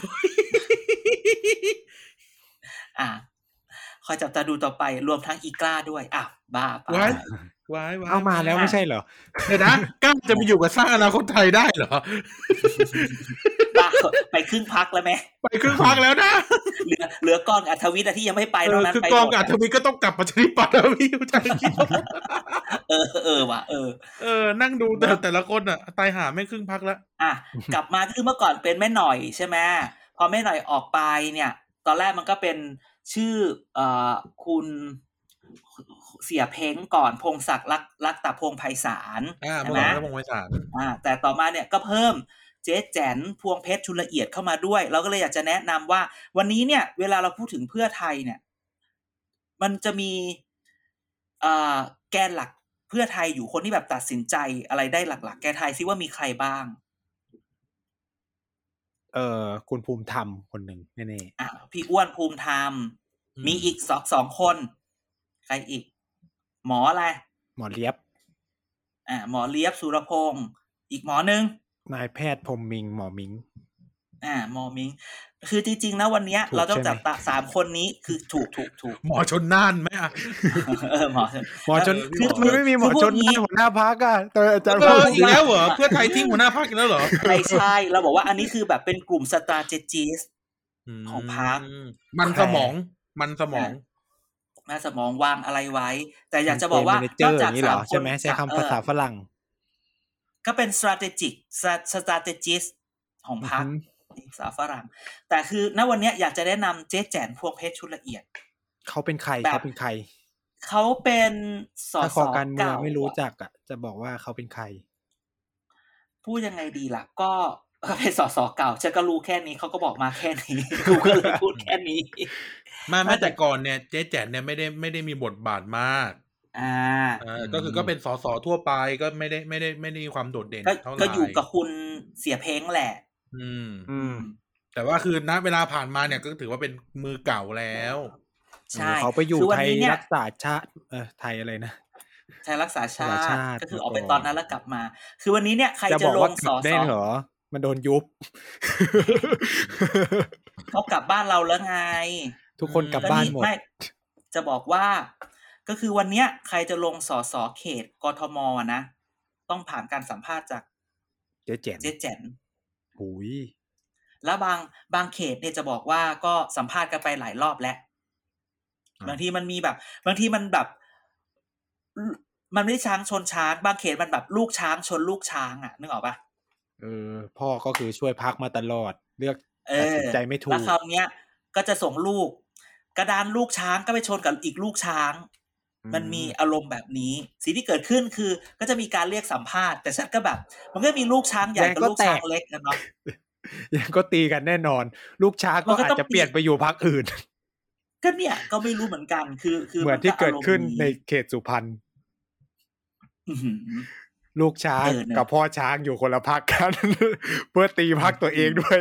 [SPEAKER 4] อ่า คอยจับตาดูต่อไป รวมทั้งอีกล้าด้วยอ้าวบ้าไป
[SPEAKER 2] ไว้ ว้ายว้าย
[SPEAKER 3] เอามาแล้วไม่ใช่เหรอ
[SPEAKER 2] เดี๋ยวนะกล้าจะไปอยู่กับสร้างอนาคตไทยได้เหรอ
[SPEAKER 4] บ้าไปครึ่งพักแล้วไหม
[SPEAKER 2] ไปครึ่งพักแล้วนะ
[SPEAKER 4] เหลือเหลือกองกับอัธวิทย์อะที่ยังไม่ไป
[SPEAKER 2] เอน
[SPEAKER 4] อก
[SPEAKER 2] อ
[SPEAKER 4] นั้น
[SPEAKER 2] คือ
[SPEAKER 4] ไป
[SPEAKER 2] กอง
[SPEAKER 4] หมด
[SPEAKER 2] กับอัธวิทย์ก็ต้องกลับประชาธิปัตย์แล้ว พี่ประชาธิปัตย์
[SPEAKER 4] เออเออว่ะเออ
[SPEAKER 2] เออนั่งดูแต่แต่ละคนอ่ะ ตายหาแม่งครึ่งพักแล้ว
[SPEAKER 4] อ่ะ กลับมาคือเมื่อก่อนเป็นแม่หน่อยใช่ไหมพอแม่หน่อยออกไปเนี่ย ตอนแรกมันก็เป็นชื่อเอ่อคุณเสียเพ้งก่อนพงศักดิ์รักรักตะพงไพศาล
[SPEAKER 2] อ่า
[SPEAKER 4] ใช่
[SPEAKER 2] เมื่อ
[SPEAKER 4] ไหม
[SPEAKER 2] ก่อนก็พงไพศาล
[SPEAKER 4] อ่าแต่ต่อมาเนี่ยก็เพิ่มเจ๊แจนพวงเพชรชุนละเอียดเข้ามาด้วย เราก็เลยอยากจะแนะนำว่า วันนี้เนี่ย เวลาเราพูดถึงเพื่อไทยเนี่ย มันจะมีเอ่อแกนหลักเพื่อไทยอยู่คนที่แบบตัดสินใจอะไรได้หลัก ๆ แกนไทยซิว่ามีใครบ้าง
[SPEAKER 3] เออคุณภูมิธรรมคนหนึ่งแน่
[SPEAKER 4] อ่ะพี่อ้วนภูมิธรรม มีอีกสองสองคน ใครอีก หมออะไร
[SPEAKER 3] ๆหมอเลียบ
[SPEAKER 4] อ่าหมอเลียบสุรพงศ์อีกหมอหนึ่ง
[SPEAKER 3] นายแพทย์พรหมมิง หมอมิง
[SPEAKER 4] อ่าหมอมิง คือจริงๆนะวันเนี้ย
[SPEAKER 3] ถูก
[SPEAKER 4] เราต้องจับ
[SPEAKER 3] ใช่ไหม
[SPEAKER 4] ตาสามคนนี้คือถูกถูกถูก
[SPEAKER 2] หมอชนน่านไหมอ่ะ
[SPEAKER 4] เออหมอ
[SPEAKER 3] หมอชน
[SPEAKER 4] คือ
[SPEAKER 3] ทำไมันไม่มีหมอชน
[SPEAKER 4] คือพวกนี้
[SPEAKER 3] หน้าหัวหน้าพักอ่ะแต่อาจารย์
[SPEAKER 2] เอ
[SPEAKER 3] พ
[SPEAKER 2] อ
[SPEAKER 3] รหม
[SPEAKER 2] อีกแล้วเหรอเพื่อไทยทิ้งหัวหน้าพรรคอีกแล้วเหรอ
[SPEAKER 4] ไม่ใช่เราบอกว่าอันนี้คือแบบเป็นกลุ่มสตาเจจีส ของพรรค
[SPEAKER 2] มันสมองมันสมอง
[SPEAKER 4] มาสมองวางอะไรไว้ แต่อยากจะบอกว่า
[SPEAKER 3] เมเนเจอร์อย่างนี้เหรอใช่ไหมใช้คำภาษา
[SPEAKER 4] เออ
[SPEAKER 3] ฝรั่ง
[SPEAKER 4] ก็เป็น strategic strategist ของพรรค
[SPEAKER 3] อือฮึ
[SPEAKER 4] สาวฝรั่ง แต่คือณวันเนี้ยอยากจะแนะนำเจ๊แจนพวงเพชรชุดละเอียด
[SPEAKER 3] เขาเป็นใคร
[SPEAKER 4] แบบ
[SPEAKER 3] เขาเป็นใคร
[SPEAKER 4] เขาเป็นสอ
[SPEAKER 3] ถ้า
[SPEAKER 4] ส
[SPEAKER 3] คอการเมือง
[SPEAKER 4] เก่า
[SPEAKER 3] ไม่รู้จักอ่ะ จะบอกว่าเขาเป็นใคร
[SPEAKER 4] พูดยังไงดีล่ะ ก็ เป็นสอสอเก่าฉันก็รู้แค่นี้เขาก็บอกมาแค่นี้ กูก็เลยพูดแค่นี้
[SPEAKER 2] มาแม้แต่ก่อนเนี่ยเจ๊แจ๋นเนี่ยไม่ได้ไม่ได้มีบทบาทมาก
[SPEAKER 4] อ่า
[SPEAKER 2] เออก็คือก็เป็นสสทั่วไปก็ไม่ได้ไม่ได้ไม่ได้มีความโดดเด่น
[SPEAKER 4] ก็
[SPEAKER 2] เท่าไหร่
[SPEAKER 4] ก็อยู่กับคุณเสียเพ้งแหละ
[SPEAKER 2] อืม
[SPEAKER 3] อืม
[SPEAKER 2] แต่ว่าคือณเวลาผ่านมาเนี่ยก็ถือว่าเป็นมือเก่าแล้ว
[SPEAKER 4] ใช่
[SPEAKER 3] เขาไปอยู่
[SPEAKER 4] คืวั
[SPEAKER 3] ไทย
[SPEAKER 4] นี้เนี่
[SPEAKER 3] รักษาชาติเออไทยอะไรนะ
[SPEAKER 4] ไทยรักษาชา
[SPEAKER 3] รักษา
[SPEAKER 4] ติ
[SPEAKER 3] ชาติ
[SPEAKER 4] ก็คือออกไปตอนนั้นแล้วกลับมา คือวันนี้เนี่ยใคร
[SPEAKER 3] จะ
[SPEAKER 4] จะ
[SPEAKER 3] บอก
[SPEAKER 4] ล
[SPEAKER 3] ว่าง ก
[SPEAKER 4] ส
[SPEAKER 3] ลั
[SPEAKER 4] อบ
[SPEAKER 3] ได้
[SPEAKER 4] สอ
[SPEAKER 3] เหรอ มันโดนยุบ
[SPEAKER 4] เขากลับบ้านเราแล้วไง
[SPEAKER 3] ทุกคนกลับบ้านหมด
[SPEAKER 4] ไม่จะบอกว่า ก็คือวันเนี้ย ใครจะลงสอสอเขตกทมอะนะ ต้องผ่านการสัมภาษณ์จาก
[SPEAKER 3] เจ๊เจ๋น
[SPEAKER 4] เจ๊แจ๋น
[SPEAKER 3] หุย
[SPEAKER 4] แล้วบางบางเขตเนี่ยจะบอกว่าก็สัมภาษณ์กันไปหลายรอบแล้ว
[SPEAKER 3] ะ
[SPEAKER 4] บางทีมันมีแบบ บางทีมันแบบลุมันไม่ได้ช้างชนช้าง บางเขตมันแบบลูกช้างชนลูกช้างอ่ะนึกออกปะ
[SPEAKER 3] เออ พ่อก็คือช่วยพักมาตลอด เลือก
[SPEAKER 4] เอ
[SPEAKER 3] ตัด
[SPEAKER 4] อ
[SPEAKER 3] สินใจไม่ถู
[SPEAKER 4] แล้ว
[SPEAKER 3] ก
[SPEAKER 4] คราวเนี้ย ก็จะส่งลูก กระดานลูกช้างก็ไปชนกับอีกลูกช้าง มันมีอารมณ์แบบนี้ สิ่งที่เกิดขึ้นคือ ก็จะมีการเรียกสัมภาษณ์ แต่ฉันก็แบบ มันก็มีลูกช้างใหญ่กับลูกช้างเล็กนะเนาะ
[SPEAKER 3] ยังก็ตีกันแน่นอน ลูกช้าง
[SPEAKER 4] มั
[SPEAKER 3] ก็
[SPEAKER 4] นก็
[SPEAKER 3] อาจ
[SPEAKER 4] ต้อง
[SPEAKER 3] จะเปลี่ยน
[SPEAKER 4] ตี
[SPEAKER 3] ไปอยู่พักอื่น
[SPEAKER 4] ก็เนี่ยก็ไม่รู้เหมือนกัน คือ คือ
[SPEAKER 3] เหมือนที่เกิดขึ้นใน
[SPEAKER 4] มั
[SPEAKER 3] เขตสุพรร
[SPEAKER 4] ก็
[SPEAKER 3] ณ
[SPEAKER 4] อารมณ์ดีอื้ อหือ
[SPEAKER 3] ลูกช้าง
[SPEAKER 4] เออเนอะ
[SPEAKER 3] กับพ่อช้างอยู่คนละพักกัน เพื่อตีพักตัวเองด้วย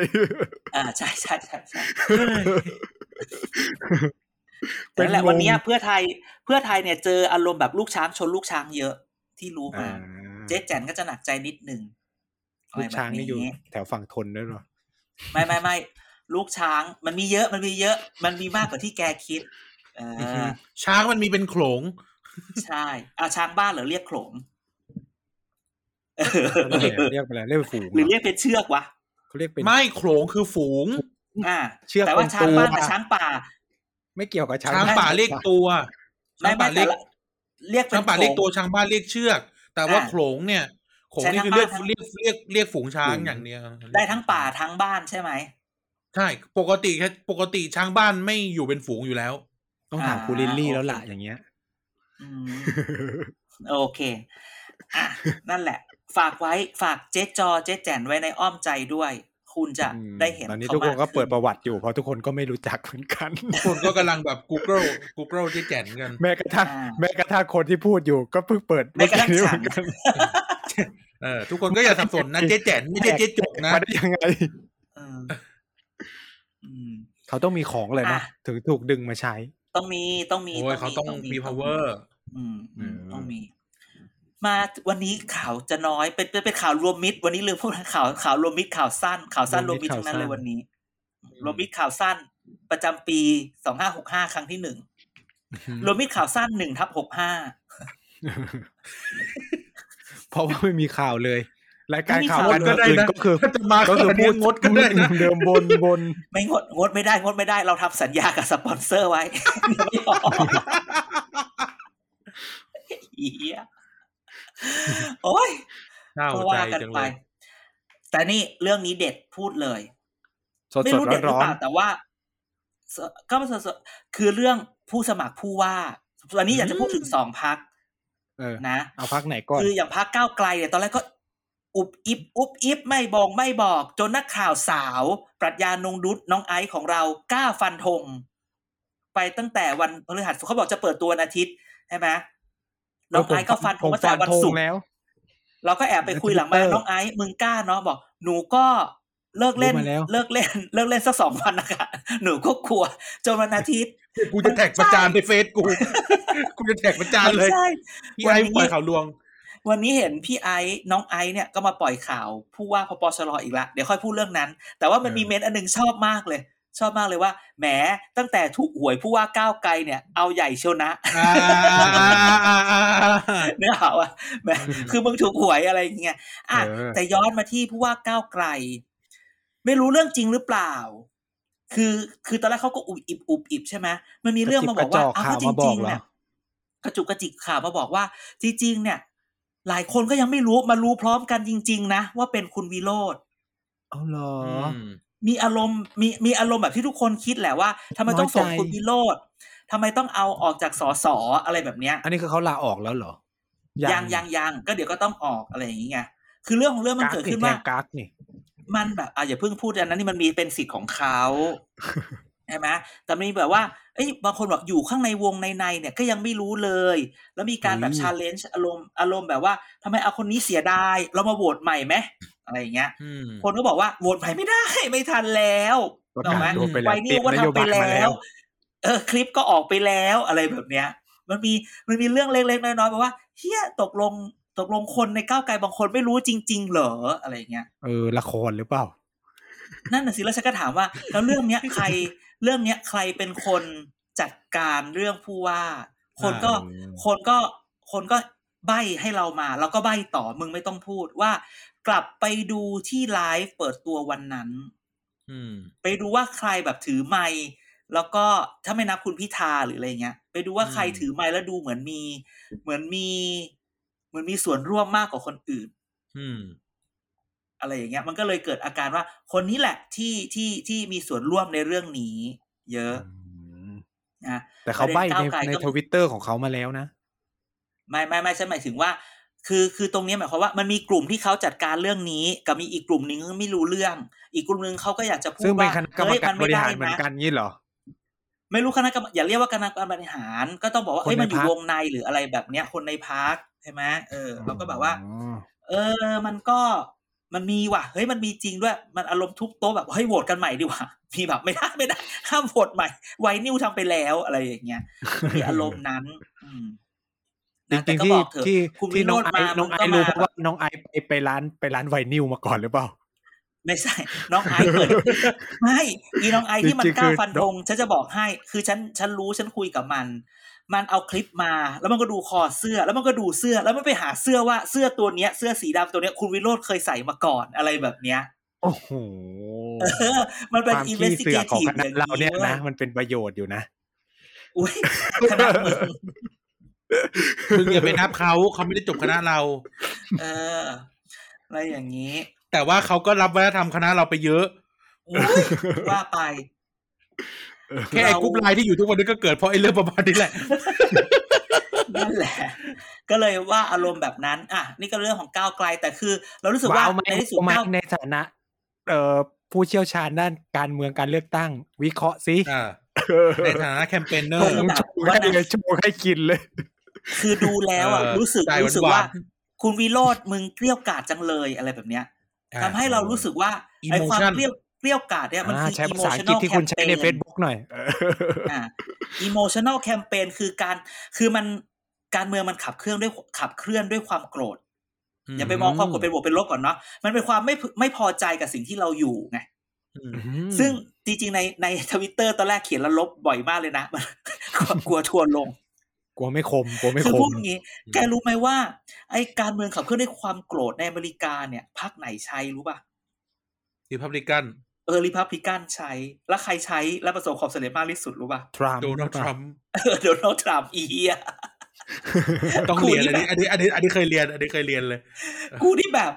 [SPEAKER 4] อ่าใช่ใช่ใช่ ใช่
[SPEAKER 3] เป็น
[SPEAKER 4] แต่แหละ
[SPEAKER 3] งง
[SPEAKER 4] วันเนี้ยเพื่อไทยเพื่อไทยเนี่ยเจออารมณ์แบบลูกช้างชนลูกช้างเยอะที่รู้มา
[SPEAKER 3] อ่า
[SPEAKER 4] เจ๊แจนก็จะหนักใจนิดนึงอะไร
[SPEAKER 3] ลูกช้างนี่อยู่
[SPEAKER 4] แบบ
[SPEAKER 3] แถวฝั่งทนด้วยเหรอ
[SPEAKER 4] ไม่ไม่ไม่ลูกช้างมันมีเยอะมันมีเยอะ มันมีมากกว่าที่แกคิด เออ
[SPEAKER 2] ช้างมันมีเป็นโขลง
[SPEAKER 4] ใช่เอาช้างบ้านเหรือเรียกโขลงเออ
[SPEAKER 3] เรียกเรียกไปแล้วเรียกเป็นฝูง
[SPEAKER 4] หรือเรียกเป็นเชือกวะ
[SPEAKER 3] เขาเรียกเป็น
[SPEAKER 2] ไม่โขลงคือฝูง
[SPEAKER 4] อ่า
[SPEAKER 3] เชือก
[SPEAKER 4] แต่ว่า
[SPEAKER 3] เป็น
[SPEAKER 4] ช้างบ้าน
[SPEAKER 3] ตัว
[SPEAKER 4] กับช้างป่า
[SPEAKER 3] ไม่เกี่ยวกับช้าง
[SPEAKER 2] ช้างป่าเรียกตัว
[SPEAKER 4] ไม่
[SPEAKER 2] ช้าง
[SPEAKER 4] ไม่
[SPEAKER 2] ป่า
[SPEAKER 4] แต่
[SPEAKER 2] เรียก
[SPEAKER 4] ละเรียกเป็
[SPEAKER 2] ช้าง
[SPEAKER 4] น
[SPEAKER 2] ป่าเรียกตัว
[SPEAKER 4] โขล
[SPEAKER 2] ช้างบ้านเรียกเชือก แต่ว่า
[SPEAKER 4] อ่ะ
[SPEAKER 2] โขลงเนี่ยโขลงนี่คือเรียกเรียกเรียกเรียกฝูงช้างอย่างเดียว
[SPEAKER 4] งได้ทั้งป่าทั้งบ้านใช่ไหม
[SPEAKER 2] ใช่ ปกติแค่ปกติช้างบ้านไม่อยู่เป็นฝูงอยู่แล้ว
[SPEAKER 3] ต้องถาม
[SPEAKER 4] อ่า
[SPEAKER 3] คุณลิลลี่แล้วล่ะ
[SPEAKER 4] โอเค
[SPEAKER 3] อย่างเงี้ย
[SPEAKER 4] อืมโอเคอ่ะนั่นแหละ ฝากไว้ฝากเจ๊จอเจ๊แจนไว้ในอ้อมใจด้วย คุณจะ
[SPEAKER 3] อืม
[SPEAKER 4] ได้เห็น
[SPEAKER 3] ตอนนี้
[SPEAKER 4] เขา
[SPEAKER 3] ทุกคน
[SPEAKER 4] มา
[SPEAKER 3] ก็เปิดประวัติอยู่เพราะทุกคนก็ไม่รู้จักเหมือน กัน
[SPEAKER 2] คนก็กำลังแบบ Google Google เจ๊แจนกัน
[SPEAKER 3] แม้กระทั่ง
[SPEAKER 4] อ่า
[SPEAKER 3] แม้กระทั่งคนที่พูดอยู่ก็เพิ่งเปิด
[SPEAKER 4] แม้กระทั่ง
[SPEAKER 3] เอ
[SPEAKER 4] ฉัน
[SPEAKER 3] เหมือกั
[SPEAKER 2] เออทุกคนก็อย่าสับสนนะเจ๊แจนไม่ใช่เจ๊จุกนะ
[SPEAKER 3] มาได้ยังไง
[SPEAKER 4] เอออืม
[SPEAKER 3] เขาต้องมีของเลยนะ
[SPEAKER 4] อ่ะ
[SPEAKER 3] ถึงถูกดึงมาใช้
[SPEAKER 4] ต้องมีต้องมี
[SPEAKER 2] โอ้ยเขาต้องมี power
[SPEAKER 4] อืมอืม
[SPEAKER 3] เออ
[SPEAKER 4] ต้องมี มาวันนี้ข่าวจะน้อยเป็นเป็นเป็นข่าวรวมมิตร วันนี้ลืมพูดข่าวข่าวรวมมิตรข่าวสั้น ข่าวสั้นรวมมิตรทั้งนั้นเลยวันนี้ รวมมิตรข่าวสั้น ประจำปีสองห้าหกห้าครั้งที่หนึ่งรวมมิตรข่าวสั้นหนึ่งทับหกห้า
[SPEAKER 3] เพราะว่าไม่มีข่าวเลย รายการ
[SPEAKER 4] ไม่มี
[SPEAKER 3] ข่าว
[SPEAKER 4] ข่าว
[SPEAKER 3] อันอื่น
[SPEAKER 2] เลย
[SPEAKER 3] ก็คือ
[SPEAKER 2] ถ้าจะมา
[SPEAKER 3] ก็
[SPEAKER 2] ก็
[SPEAKER 3] คือ
[SPEAKER 2] พู
[SPEAKER 3] พู
[SPEAKER 2] ดง
[SPEAKER 3] ด
[SPEAKER 2] ดก็ได้นะ
[SPEAKER 3] เดิมบนบน
[SPEAKER 4] ไม่งดงดไม่ได้งดไม่ได้เราทำสัญญากับสปอนเซอร์ไว้ ไม่ออกเหี้ยโอ้ย
[SPEAKER 2] เศร้า
[SPEAKER 4] ก็
[SPEAKER 2] ใจ
[SPEAKER 4] ว่ากัน
[SPEAKER 2] จัง
[SPEAKER 4] ไป
[SPEAKER 2] เลย
[SPEAKER 4] แต่นี่เรื่องนี้เด็ดพูดเลย
[SPEAKER 3] สด
[SPEAKER 4] ไม่
[SPEAKER 3] สด
[SPEAKER 4] รู้
[SPEAKER 3] ร้
[SPEAKER 4] เด็
[SPEAKER 3] อ
[SPEAKER 4] ด
[SPEAKER 3] น
[SPEAKER 4] หรือ
[SPEAKER 3] ร้อ
[SPEAKER 4] เป
[SPEAKER 3] น
[SPEAKER 4] ล่าแต่ว่าสก็สดๆคือเรื่องผู้สมัครผู้ว่าวันนี้อยากจะพูดถึงสองพัก
[SPEAKER 3] เออ
[SPEAKER 4] นะ
[SPEAKER 3] เอาพักไหนก่อน
[SPEAKER 4] คืออย่างพักก้าวไกลเนี่ยตอนแรกก็ อุบอิบอุบอิบไม่บอกไม่บอก จนนักข่าวสาว ปรัชญานงดุษน้องไอซ์ของเรากล้าฟันธงไปตั้งแต่วันพฤหัสเขาบอกจะเปิดตัววันอาทิตย์ใช่ไหมน้องไอซ์ก็ฟันธง
[SPEAKER 3] ผม
[SPEAKER 4] ตั้ง
[SPEAKER 3] ฟั
[SPEAKER 4] แต่
[SPEAKER 3] น
[SPEAKER 4] วัน
[SPEAKER 3] ธง
[SPEAKER 4] ศุกร์
[SPEAKER 3] แล้ว
[SPEAKER 4] เราก็แอบไปคุยหลังไมา
[SPEAKER 3] ใน Twitter
[SPEAKER 4] น้องไอซ์มึงกล้าเนาะบอก หนูก็เลิกเล่น
[SPEAKER 3] รู้มาแล้ว
[SPEAKER 4] เลิกเล่น เลิกเล่นสักสองวันนะคะ หนูก็กลัวจนวันอาทิต ย์
[SPEAKER 2] กูจะแท็กประจานในเฟซกู กูจะแท็กประจานเลย
[SPEAKER 4] ใช่
[SPEAKER 2] พี่ไอ้
[SPEAKER 4] วันนี้
[SPEAKER 2] ปล่อยข่าวลวง
[SPEAKER 4] วันนี้เห็นพี่ไอซ์น้องไอซ์เนี่ยก็มาปล่อยข่าวผู้ว่าพปชรอีกละเดี๋ยวค่อยพูดเรื่องนั้น แต่ว่ามันมี
[SPEAKER 2] เออ
[SPEAKER 4] เมนต์อันหนึงชอบมากเลย ชอบมากเลยว่าแหมตั้งแต่ถูกหวยผู้ว่าก้าวไกลเนี่ยเอาใหญ่เชียวนะ
[SPEAKER 2] อ่าอ่าอ่าอ่าอ่า
[SPEAKER 4] เนื้อหาว่าแหมคือมึงถูกหวยอะไรอย่างเงี้ยอ่ะ
[SPEAKER 3] เออ
[SPEAKER 4] แต่ย้อนมาที่ผู้ว่าก้าวไกล ไม่รู้เรื่องจริงหรือเปล่า คือคือตอนแรกเขาก็อุบอิบอุบอิบใช่ไหมมันมีเรื่องมาบอกว่าเอา
[SPEAKER 3] ข่า
[SPEAKER 4] ก็
[SPEAKER 3] ว
[SPEAKER 4] จ
[SPEAKER 3] มาบอ
[SPEAKER 4] ริ
[SPEAKER 3] ก
[SPEAKER 4] งๆ
[SPEAKER 3] เหรอ
[SPEAKER 4] เนี่ยกระจุกกระจิกข่าวมาบอกว่า จริงๆเนี่ย หลายคนก็ยังไม่รู้มารู้พร้อมกันจริง ๆ นะ ว่าเป็นคุณวิโรธ
[SPEAKER 3] เอาเหรอ
[SPEAKER 2] ม
[SPEAKER 4] มีอารมณ์มีมีอารมณ์แบบที่ทุกคนคิดแหละว่าทำไมต้องส่ง
[SPEAKER 3] น้อยใจ
[SPEAKER 4] คุณวิโรธทำไมต้องเอาออกจากสสอะไรแบบเนี้ย
[SPEAKER 3] อันนี้คือเขาลาออกแล้วเหรอ
[SPEAKER 4] ยังยังยังก็เดี๋ยวก็ต้องออกอะไรอย่างเงี้ยคือเรื่องของเรื่องมัน
[SPEAKER 3] ก
[SPEAKER 4] เกิด
[SPEAKER 3] นี่
[SPEAKER 4] ขึ้น
[SPEAKER 3] แท
[SPEAKER 4] ว่า
[SPEAKER 3] งกักนี่
[SPEAKER 4] มันแบบอ่ะอย่าเพิ่งพูดอันนั้นนี่มันมีเป็นสิทธิ์ของ เขาใช่ไหมแต่มีแบบว่าเอ้ยบางคนบอกอยู่ข้างในวงในในๆเนี่ยก็ยังไม่รู้เลย แล้วมีการแบบ
[SPEAKER 3] อืม
[SPEAKER 4] ชาเลนจ์อารมณ์อารมณ์แบบว่าทำไมเอาคนนี้เสียดาย เรามาโหวตใหม่ไหมอะไรอย่างเงี้ย
[SPEAKER 2] อืม
[SPEAKER 4] คนก็บอกว่าโหวตใหม่ไม่ได้ไม่ทันแล้ว
[SPEAKER 3] ประ
[SPEAKER 4] ถู
[SPEAKER 3] กาศ
[SPEAKER 4] ไหม
[SPEAKER 3] ตัวไปแล้ว
[SPEAKER 4] ไวนิวก็
[SPEAKER 3] เตรียม
[SPEAKER 4] ทำ
[SPEAKER 3] นโย
[SPEAKER 4] ไป
[SPEAKER 3] บายมา
[SPEAKER 4] แล้
[SPEAKER 3] แล้ว ว
[SPEAKER 4] เออ คลิปก็ออกไปแล้วอะไรแบบเนี้ย มันมีมันมีเรื่องเล็กๆน้อยๆแบบว่าเฮียตกลงตกลงคนในก้าวไกลบางคนไม่รู้จริง ๆ เหรออะไรอย่างเงี้ย
[SPEAKER 3] เออละครหรือเปล่า
[SPEAKER 4] นั่นน่ะสิแล้วฉันก็ถามว่า แล้วเรื่อง เนี้ยใครเรื่องเนี้ยใครเป็นคนจัดการเรื่องผู้ว่า คนก็
[SPEAKER 3] อ่า
[SPEAKER 4] คนก็คนก็ใบให้เรามา แล้วก็ใบต่อมึงไม่ต้องพูดว่า กลับไปดูที่ไลฟ์เปิดตัววันนั้น
[SPEAKER 2] อืม
[SPEAKER 4] ไปดูว่าใครแบบถือไมค์แล้วก็ถ้าไม่นับคุณพิธาหรืออะไรเงี้ย ไปดูว่าใคร
[SPEAKER 2] อืม
[SPEAKER 4] ถือไมค์แล้วดูเหมือนมี เหมือนมี เหมือนมีส่วนร่วมมากกว่าคนอื่น
[SPEAKER 2] อืม
[SPEAKER 4] อะไรอย่างเงี้ย มันก็เลยเกิดอาการว่า คนนี้แหละที่ที่ที่มีส่วนร่วมในเรื่องนี้ เยอะนะ
[SPEAKER 3] แต่เขาใบ
[SPEAKER 4] ประเด็นก้าว
[SPEAKER 3] ใน
[SPEAKER 4] ไกล
[SPEAKER 3] ใน
[SPEAKER 4] ก็
[SPEAKER 3] ทวิตเตอร์ของเขามาแล้วนะ
[SPEAKER 4] ไม่ไม่ไม่ฉันหมายถึงว่า คือคือตรงเนี้ยหมายความว่ามันมีกลุ่มที่เขาจัดการเรื่องนี้ กับมีอีกกลุ่มหนึ่งไม่รู้เรื่อง อีกกลุ่มหนึ่งเขาก็อยากจะพูด
[SPEAKER 3] ซึ่งเป็น
[SPEAKER 4] ว่า
[SPEAKER 3] คณะกรรม
[SPEAKER 4] เฮ้ย
[SPEAKER 3] การ
[SPEAKER 4] น
[SPEAKER 3] บ
[SPEAKER 4] ไได้
[SPEAKER 3] ริหารเหมือนะ กันงี้เหรอ
[SPEAKER 4] ไม่รู้คณะกรรมอย่าเรียกว่าคณะกรรมการบริหาร ก็ต้องบอกว่า
[SPEAKER 3] คน
[SPEAKER 4] เอ้ย
[SPEAKER 3] ใน
[SPEAKER 4] มันอยู่
[SPEAKER 3] พรรค
[SPEAKER 4] วงในหรืออะไรแบบเนี้ย คนในพักใช่ไหมเออเราก็แบบว่า
[SPEAKER 3] อ๋อ
[SPEAKER 4] เออ มันก็มันมีว่ะเฮ้ยมันมีจริงด้วย มันอารมณ์ทุบโต๊ะแบบเฮ้ยโหวตกันใหม่ดีกว่า มีแบบไม่ได้ไม่ได้ห้ามโหวตใหม่ ไวนิวทำไปแล้วอะไรอย่างเงี้ยมันมีอารมณ์นั้น อืม
[SPEAKER 3] จ
[SPEAKER 4] นะแต่
[SPEAKER 3] ริ
[SPEAKER 4] ก็
[SPEAKER 3] งๆที่
[SPEAKER 4] บอกเถอะ
[SPEAKER 3] ที่
[SPEAKER 4] คุณวิ
[SPEAKER 3] ที่
[SPEAKER 4] โร
[SPEAKER 3] น้อง
[SPEAKER 4] จน์
[SPEAKER 3] ไอ
[SPEAKER 4] มา
[SPEAKER 3] ซ์น้องไอ
[SPEAKER 4] มึ
[SPEAKER 3] ซ์
[SPEAKER 4] ก็มา
[SPEAKER 3] รู้เพราะว่าน้องไอซ์ไปไปร้านไปร้านไวนิวมาก่อนหรือเปล่า
[SPEAKER 4] ไม่ใช่ น้องไอซ์เปิด ไม่อีน้องไอที่มัน
[SPEAKER 3] จริงๆ
[SPEAKER 4] กล้า
[SPEAKER 3] คือ
[SPEAKER 4] ฟันธงฉันจะบอกให้ คือฉันฉันรู้ฉันคุยกับมัน มันเอาคลิปมา แล้วมันก็ดูคอเสื้อ แล้วมันก็ดูเสื้อ แล้วมันไปหาเสื้อว่าเสื้อตัวเนี้ยเสื้อสีดำตัวเนี้ยคุณวิโรธเคยใส่มาก่อนอะไรแบบเนี้ย
[SPEAKER 3] โอ้โห
[SPEAKER 4] เออ มันเป็น
[SPEAKER 3] ความ
[SPEAKER 4] อินเว
[SPEAKER 3] ขี้
[SPEAKER 4] สติ
[SPEAKER 3] เสื
[SPEAKER 4] เก
[SPEAKER 3] อกของ
[SPEAKER 4] ทีฟ
[SPEAKER 3] ค
[SPEAKER 4] อ
[SPEAKER 3] ณะ
[SPEAKER 4] ย่าง
[SPEAKER 3] เราเนี่ยนะ
[SPEAKER 4] ว้
[SPEAKER 3] มันเป็นประโยชน์อยู่นะ
[SPEAKER 4] อุ้ยคณะมึง
[SPEAKER 2] มึงอย่าไปนับเขาเขาไม่ได้จบคณะเรา
[SPEAKER 4] เอออะไรอย่างนี้
[SPEAKER 2] แต่ว่าเขาก็รับวัฒนธรรมคณะเราไปเยอะ
[SPEAKER 4] อุ๊ยว่าไป
[SPEAKER 2] แค่ไอ้กรุ๊ปไลน์ที่อยู่ทุกวันนี้ก็เกิดเพราะไอ้เรื่องประมาณนี้แหละ
[SPEAKER 4] นั่นแหละ ก็เลยว่าอารมณ์แบบนั้น อ่ะ นี่ก็เรื่องของก้าวไกล แต่คือ เรารู้สึกว่า
[SPEAKER 3] ว้าวไหม
[SPEAKER 4] ในที่สุด
[SPEAKER 3] ว้าวไหม
[SPEAKER 4] ก้าว
[SPEAKER 3] ในฐานะเอ่อผู้เชี่ยวชาญด้านการเมืองการเลือกตั้ง วิเคราะห์สิ
[SPEAKER 2] อ่า ในฐานะแคมเปญเนอ
[SPEAKER 3] ช
[SPEAKER 2] ร์
[SPEAKER 3] งชงให้เลยชงให้กินเลย
[SPEAKER 4] คือดูแล้วอ่ะ
[SPEAKER 2] เออ
[SPEAKER 4] รู้สึก
[SPEAKER 2] ใจหวานๆ
[SPEAKER 4] รู้สึกว่า คุณวิโรธมึงเกลี้ยวกราดจังเลยอะไรแบบเนี้ยทำให้เรารู้สึกว่าไอ้ความ
[SPEAKER 2] Emotion
[SPEAKER 4] เกลี้ยวเกลี้ยวกราดเนี่ยมัน
[SPEAKER 3] อ่า
[SPEAKER 4] คือ
[SPEAKER 3] ใช้
[SPEAKER 4] อิ
[SPEAKER 3] ภา
[SPEAKER 4] โม
[SPEAKER 3] ษาอั
[SPEAKER 4] ชั่
[SPEAKER 3] ง
[SPEAKER 4] น
[SPEAKER 3] กฤษ
[SPEAKER 4] อล
[SPEAKER 3] ที่
[SPEAKER 4] แค
[SPEAKER 3] คุณ
[SPEAKER 4] ม
[SPEAKER 3] ใช้
[SPEAKER 4] เป
[SPEAKER 3] ใน
[SPEAKER 4] ญ
[SPEAKER 3] Facebook หน่อยเออ
[SPEAKER 4] อ่า emotional campaign คือการคือมันการเมืองมันขับเคลื่อนด้วยขับเคลื่อนด้วยความโกรธ อย่าไปมองความโกรธเป็นบวกเป็นลบก่อนเนาะมันเป็นความไม่พึไม่พอใจกับสิ่งที่เราอยู่ไง
[SPEAKER 2] อืม
[SPEAKER 4] ซึ่งจริงๆ ในในทวิตเตอร์ตอนแรกเขียนแล้วลบบ่อยมากเลยนะ มันกลัวกลัวทัวร์ลง
[SPEAKER 3] กลัวไม่คมกลัวไม่
[SPEAKER 4] คือ
[SPEAKER 3] ค
[SPEAKER 4] พู
[SPEAKER 3] ม
[SPEAKER 4] ดอย่างนี้ แกรู้ไหมว่า ไอการเมืองขับเคลื่อนด้วยความโกรธในอเมริกาเนี่ยพรรคไหนใช้รู้ป่ะ
[SPEAKER 2] รีพับลิกัน
[SPEAKER 4] เออริพับลิกันใช้ แล้วใครใช้และประสบความสำเร็จมากที่สุดรู้ป่ะ
[SPEAKER 3] ทรัมป์
[SPEAKER 2] โดนัลด์ทรัมป์
[SPEAKER 4] เออโดนัลด์ทรัมป์อีเหี้ย
[SPEAKER 2] ต้องเรียนอันนี้อันนี้อันนี้อันนี้เคยเรียน อันนี้เคยเรียนเลย
[SPEAKER 4] กูนี่แบบ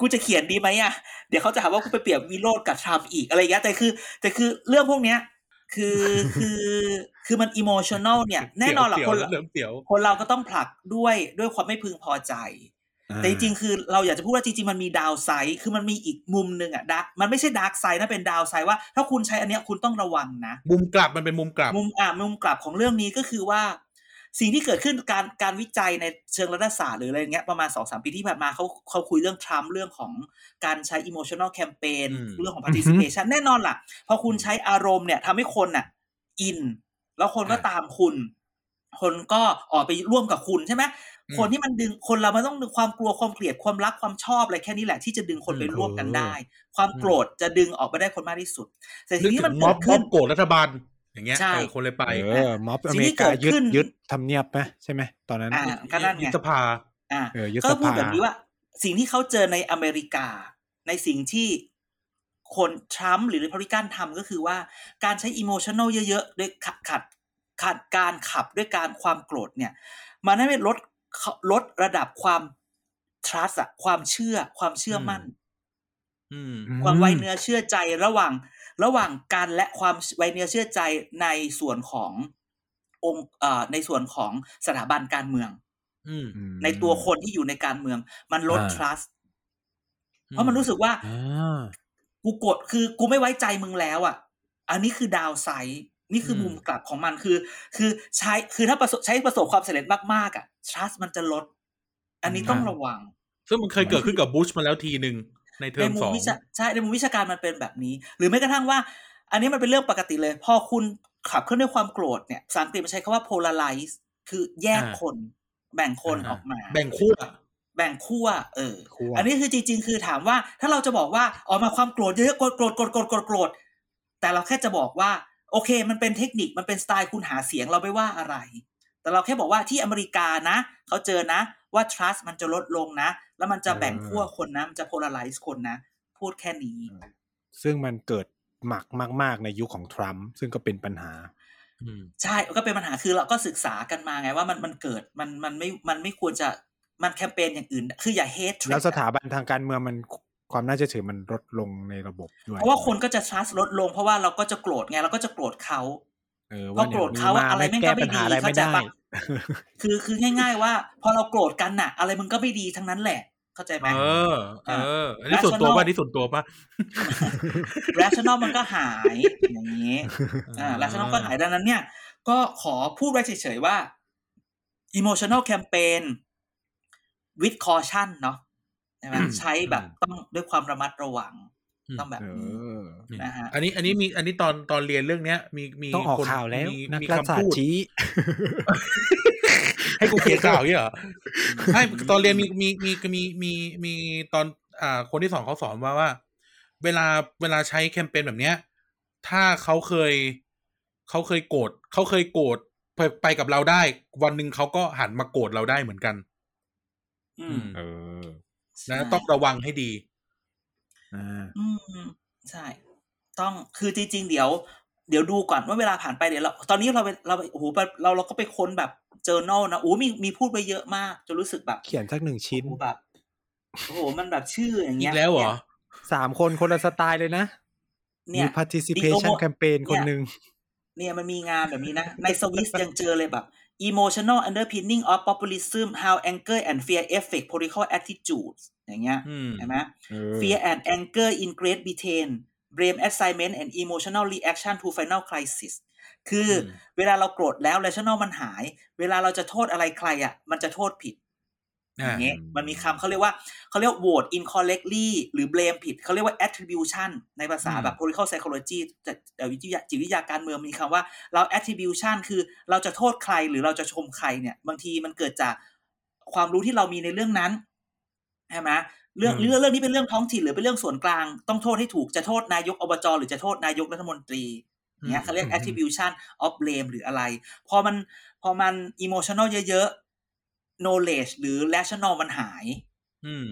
[SPEAKER 4] กูจะเขียนดีไหมอ่ะ เดี๋ยวเขาจะหาว่ากูไปเปรียบวิโรดกับทรัมป์อีกอะไรอย่างเงี้ยแต่คือ แต่คือเรื่องพวกเนี้ย คือคือคือมันอิโมชัน a ลเนี่ย แน่นอนหละ
[SPEAKER 2] เสียว
[SPEAKER 4] คน
[SPEAKER 2] เสียวเสียวเสียว
[SPEAKER 4] คนเราก็ต้องผลักด้วยด้วยความไม่พึงพอใจ แต่จริงๆ คือเราอยากจะพูดว่าจริงๆ มันมีดาวไซด์คือมันมีอีกมุมหนึ่งอ่ะดะมันไม่ใช่ดาร์กไซด์นะเป็นดาวไซด์ว่า ถ้าคุณใช้อันเนี้ยคุณต้องระวังนะ
[SPEAKER 2] มุมกลับมันเป็นมุมกลับ
[SPEAKER 4] มุมอ่ามุมกลับของเรื่องนี้ก็คือว่า สิ่งที่เกิดขึ้นการการวิจัยในเชิงรัฐศาสตร์หรืออะไรเงี้ยประมาณสองสามปีที่ผ่านมาเขาเขาคุยเรื่องทรัมป์เรื่องของการใช้ emotional campaign
[SPEAKER 2] อืม
[SPEAKER 4] เรื่องของ participation แน่นอนล่ะ พอคุณใช้อารมณ์เนี่ยทำให้คนน่ะ อิน แล้วคนก็ตามคุณ คนก็ออกไปร่วมกับคุณใช่ไหมคนที่มันดึงคนเรามันต้องดึงความกลัวความเกลียดความรักความชอบอะไรแค่นี้แหละที่จะดึงคนไปร่วมกันได้ ความโกรธจะดึงออกมาได้คนมากที่สุด แต่ที
[SPEAKER 2] นึก
[SPEAKER 4] นี้
[SPEAKER 2] ถึ
[SPEAKER 4] มัน
[SPEAKER 2] งม็
[SPEAKER 4] เกิด
[SPEAKER 2] อบม็
[SPEAKER 4] ขึ้
[SPEAKER 2] อน บโกรธรัฐบาล อย่างเงี้ย
[SPEAKER 4] ใช่
[SPEAKER 2] เออคนเลยไป
[SPEAKER 3] เออม็อบอ
[SPEAKER 4] สิ่
[SPEAKER 3] เม
[SPEAKER 4] งที่
[SPEAKER 3] ริกายึ
[SPEAKER 4] เกิด
[SPEAKER 3] ด
[SPEAKER 4] ขึ้น
[SPEAKER 3] ยึดทำเนียบไหมใช่ไหมตอนนั้น
[SPEAKER 4] อ่าก็นั่นไง
[SPEAKER 2] สภา
[SPEAKER 4] อ่ะ
[SPEAKER 3] เออยึด
[SPEAKER 4] ก็
[SPEAKER 3] ส
[SPEAKER 4] พูด
[SPEAKER 3] ภา
[SPEAKER 4] แบบนี้ว่า สิ่งที่เขาเจอในอเมริกา ในสิ่งที่คนทรัมป์หรือริพับลิกันทำก็คือว่าการใช้อิโมชัน a ลเยอะๆด้วยขัดขัดขัดการขับด้วยการความโกรธเนี่ย มันทำให้ลดลดระดับความ trust อะความเชื่อความเชื่อมั่น
[SPEAKER 2] อืม
[SPEAKER 3] อืม
[SPEAKER 4] ความไว้เนื้อเชื่อใจระหว่างระหว่างการและความไว้เนื้อเชื่อใจในส่วนขององค์เอ่อในส่วนของสถาบันการเมือง
[SPEAKER 2] อืม
[SPEAKER 3] อืม
[SPEAKER 4] ในตัวคนที่อยู่ในการเมือง มันลด
[SPEAKER 3] อ่า
[SPEAKER 4] trust เพราะมันรู้สึกว่า
[SPEAKER 3] อ่า
[SPEAKER 4] กูกดคือกูไม่ไว้ใจมึงแล้วอ่ะ อันนี้คือดาวไซด์นี่คืออ
[SPEAKER 2] ม
[SPEAKER 4] มุมกลับของมันคือ คือใช้คือถ้าประสบใช้ประสบความสำเร็จมากๆอ่ะ trust มันจะลด อันนี้ต้อง
[SPEAKER 3] อ่า
[SPEAKER 4] ระวัง
[SPEAKER 2] ซึ่งมันเคยเกิดขึ้นกับบุชมาแล้วทีหนึ่งในเทอ
[SPEAKER 4] ใน
[SPEAKER 2] ม
[SPEAKER 4] มุ
[SPEAKER 2] ส
[SPEAKER 4] ม
[SPEAKER 2] อง
[SPEAKER 4] วิชาใช่ในมุมวิชาการมันเป็นแบบนี้ หรือแม้กระทั่งว่า อันนี้มันเป็นเรื่องปกติเลย พอคุณขับเคลื่อนด้วยความโกรธเนี่ยภาษาอังกฤษมันใช้คำว่า polarize คือแยกคน แบ่งคนออกมา
[SPEAKER 2] แบ่งขั้ว
[SPEAKER 4] แบ่งขั้วเออ
[SPEAKER 3] ขั้ว
[SPEAKER 4] อันนี้คือจริงๆ คือถามว่า ถ้าเราจะบอกว่าออกมาความโกรธเยอะๆโกรธโกรธโกรธโกรธโกรธโกรธแต่เราแค่จะบอกว่า โอเค มันเป็นเทคนิคมันเป็นสไตล์คุณหาเสียงเราไม่ว่าอะไร แต่เราแค่บอกว่าที่อเมริกานะเขาเจอนะว่า trust มันจะลดลงนะ แล้วมันจะแบ่งขั้วคนนะ มันจะ polarize คนนะ พูดแค่นี้
[SPEAKER 3] ซึ่งมันเกิดหมักมาก ๆ ในยุคของทรัมป์ซึ่งก็เป็นปัญหา
[SPEAKER 4] ใช่ก็เป็นปัญหาคือเราก็ศึกษากันมาไงว่ามันมันเกิดมันมันไม่มันไม่ควรจะมันแคมเปญอย่างอื่น คืออย่า hate
[SPEAKER 3] แล้ว
[SPEAKER 4] trend
[SPEAKER 3] สถาบันทางการเมืองมันความน่าเชื่อถือมันลดลงในระบบด้วย
[SPEAKER 4] เพราะว่าคนก็จะ trust ลดลง เพราะว่าเราก็จะโกรธไงเราก็จะโกรธเขา
[SPEAKER 3] เออ
[SPEAKER 4] พอ
[SPEAKER 3] ว่า
[SPEAKER 4] โกรธ
[SPEAKER 3] เนี่ย
[SPEAKER 4] เขาอะ
[SPEAKER 3] มีมา
[SPEAKER 4] อะไร
[SPEAKER 3] ไม่
[SPEAKER 4] แม่ง
[SPEAKER 3] แก้
[SPEAKER 4] ก็ไม่
[SPEAKER 3] ปัญ
[SPEAKER 4] ดี
[SPEAKER 3] หาอะไร
[SPEAKER 4] เข้า
[SPEAKER 3] ไม่
[SPEAKER 4] ใจ
[SPEAKER 3] ได้
[SPEAKER 4] ปะคือคือง่าย ๆ ว่า พอเราโกรธกันน่ะ อะไรมันก็ไม่ดีทั้งนั้นแหละ เข้าใจไหม
[SPEAKER 2] เออ เออ อันนี้
[SPEAKER 4] อ่ะ
[SPEAKER 2] ส่วนตัว
[SPEAKER 4] rational
[SPEAKER 2] ป่ะอันนี้ส่วนตัวป่ะ
[SPEAKER 4] rational มันก็หายอย่างนี้ อ่า rational ก็หายดังนั้นเนี่ย ก็ขอพูดไว้เฉยๆว่า emotional campaign with caution เนาะใช่ไหม
[SPEAKER 2] อืม
[SPEAKER 4] ใช้แบบต้องด้วยความระมัดระวังต้องแบบ
[SPEAKER 3] เอ
[SPEAKER 4] นี้
[SPEAKER 3] อ
[SPEAKER 4] นะฮะ
[SPEAKER 2] อันนี้ อันนี้มี อันนี้ตอน ตอนเรียนเรื่องเนี้ย มี มี
[SPEAKER 3] ต้องออก
[SPEAKER 2] คน
[SPEAKER 3] ข่าวแล้ว
[SPEAKER 2] มี
[SPEAKER 3] นัก
[SPEAKER 2] มี
[SPEAKER 3] รัฐศาส
[SPEAKER 2] คำ
[SPEAKER 3] ต
[SPEAKER 2] พูด
[SPEAKER 3] ร์ชี้
[SPEAKER 2] ให้กูเขียนข่าวอย่าง นี้เหรอไม่ตอนเรียนมีมีมีมีมีมีตอนอ่าคนที่สอนเขาสอนว่าว่า เวลาเวลาใช้แคมเปญแบบเนี้ย ถ้าเขาเคยเขาเคยโกรธเขาเคยโกรธไปไปกับเราได้ วันหนึ่งเขาก็หันมาโกรธเราได้เหมือนกัน
[SPEAKER 4] อืม
[SPEAKER 3] เออ
[SPEAKER 2] นะ
[SPEAKER 4] ใช่
[SPEAKER 2] ต้องระวังให้ดี
[SPEAKER 3] อ่า
[SPEAKER 4] อืมใช่ ต้องคือจริงๆ เดี๋ยว เดี๋ยวดูก่อนว่าเวลาผ่านไปเดี๋ยวเราตอนนี้เราไปเราไปโอ้โหเราเราเราก็ไปค้นแบบ journal นะโอ้มีมีพูดไปเยอะมากจนรู้สึกแบบ
[SPEAKER 3] เขียนสักหนึ่งชิ้น
[SPEAKER 4] โอ้โหแบบโอ้โหมันแบบชื่ออย่าง
[SPEAKER 2] อี
[SPEAKER 4] เงี้ย
[SPEAKER 2] กแล้วเหรอ
[SPEAKER 3] สามคนคนละสไตล์เลยนะ
[SPEAKER 4] เนี่
[SPEAKER 3] มี
[SPEAKER 4] ย
[SPEAKER 3] participation
[SPEAKER 4] ดิโอโม
[SPEAKER 3] campaign คน
[SPEAKER 4] เนี่ย
[SPEAKER 3] หนึ่ง
[SPEAKER 4] เนี่ยมันมีงานแบบนี้นะ ในสวิสยังเจอเลยแบบ emotional underpinning of populism how anger and fear affect political attitudes อย่างเงี้ย
[SPEAKER 2] อืม
[SPEAKER 4] เห็นไหม
[SPEAKER 3] เออ
[SPEAKER 4] fear and anger in great britain blame assignment and emotional reaction to final crisis คืออ
[SPEAKER 3] ม
[SPEAKER 4] เวลาเราโกรธแล้ว rational มันหาย เวลาเราจะโทษอะไรใครอ่ะ มันจะโทษผิด อ
[SPEAKER 2] อ่า
[SPEAKER 4] ย่างเงี้ยมันมีคำเขาเรียกว่าเขาเรียกว่า vote incorrectly หรือ blame ผิด เขาเรียกว่า attribution ในภาษา
[SPEAKER 2] อืม
[SPEAKER 4] แบบ political psychology แต่แต่วิทยาจิตวิทยาการเมืองมีคำว่าเรา attribution คือเราจะโทษใครหรือเราจะชมใครเนี่ย บางทีมันเกิดจากความรู้ที่เรามีในเรื่องนั้นใช่ไหมเรื่อง
[SPEAKER 2] อืม
[SPEAKER 4] เรื่องเรื่องนี้เป็นเรื่องท้องถิ่นหรือเป็นเรื่องส่วนกลาง ต้องโทษให้ถูกจะโทษนายกอบจหรือจะโทษนายกรัฐมนตรี เนี่ยเขาเรียก
[SPEAKER 2] อืม
[SPEAKER 4] attribution of blame หรืออะไร พอมันพอมัน emotional เยอะๆ knowledge หรือ rational มันหาย
[SPEAKER 2] อืม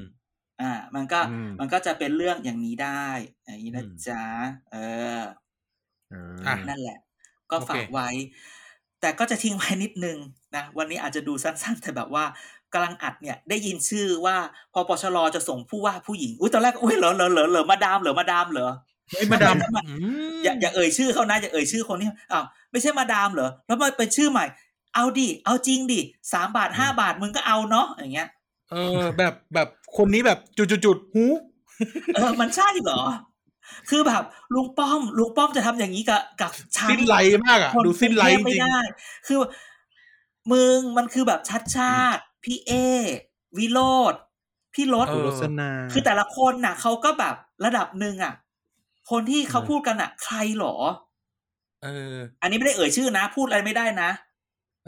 [SPEAKER 4] อ่า มันก็
[SPEAKER 3] อืม
[SPEAKER 4] มันก็จะเป็นเรื่องอย่างนี้ได้อย่างนี้นะ
[SPEAKER 2] อืม
[SPEAKER 4] จ๊ะเออ
[SPEAKER 3] เออ
[SPEAKER 2] อ่ะ
[SPEAKER 4] นั่นแหละ ก็
[SPEAKER 2] โอเค
[SPEAKER 4] ฝากไว้ แต่ก็จะทิ้งไว้นิดนึงนะ วันนี้อาจจะดูสั้นๆ แต่แบบว่ากำลังอัดเนี่ย ได้ยินชื่อว่าพอปชรจะส่งผู้ว่าผู้หญิง อุ้ยตอนแรกอุ้ยเหรอเหรอเหรอเหรอมาดามเหรอมาดามเหรอ
[SPEAKER 2] เฮ้ยมาดาม
[SPEAKER 4] แล้วมัน
[SPEAKER 2] อืม
[SPEAKER 4] อย่าอย่าเอ่ยชื่อเขานะอย่าเอ่ยชื่อคนนี้อ้าวไม่ใช่มาดามเหรอแล้วมาเป็นชื่อใหม่ เอาดิเอาจริงดิสามบาทห้าบาทมึงก็เอาเนาะอย่างเงี้ย
[SPEAKER 2] เออ แบบแบบคนนี้แบบจุดจุดจุดหู
[SPEAKER 4] เอ อมันใช่เหรอ คือแบบลุงป้อมลุงป้อมจะทำอย่างนี้กับกับฉัน
[SPEAKER 2] สิ้นไหลมากอ่ะ
[SPEAKER 4] คน
[SPEAKER 2] ดูสิ้นไหลจ
[SPEAKER 4] กรุงเทพไม่
[SPEAKER 2] ริง
[SPEAKER 4] ได้ คือมึงมันคือแบบชัดชาติ พี่เอ วิโรธพี่รถ
[SPEAKER 2] เอ
[SPEAKER 3] โฆ
[SPEAKER 2] อ
[SPEAKER 3] ษณา
[SPEAKER 4] คือแต่ละคนน่ะเขาก็แบบระดับหนึ่งอ่ะ คนที่เขาพูดกันอ่ะ ใครเหรอ
[SPEAKER 2] ๆเออ
[SPEAKER 4] อันนี้ไม่ได้เอ่ยชื่อนะ พูดอะไรไม่ได้นะ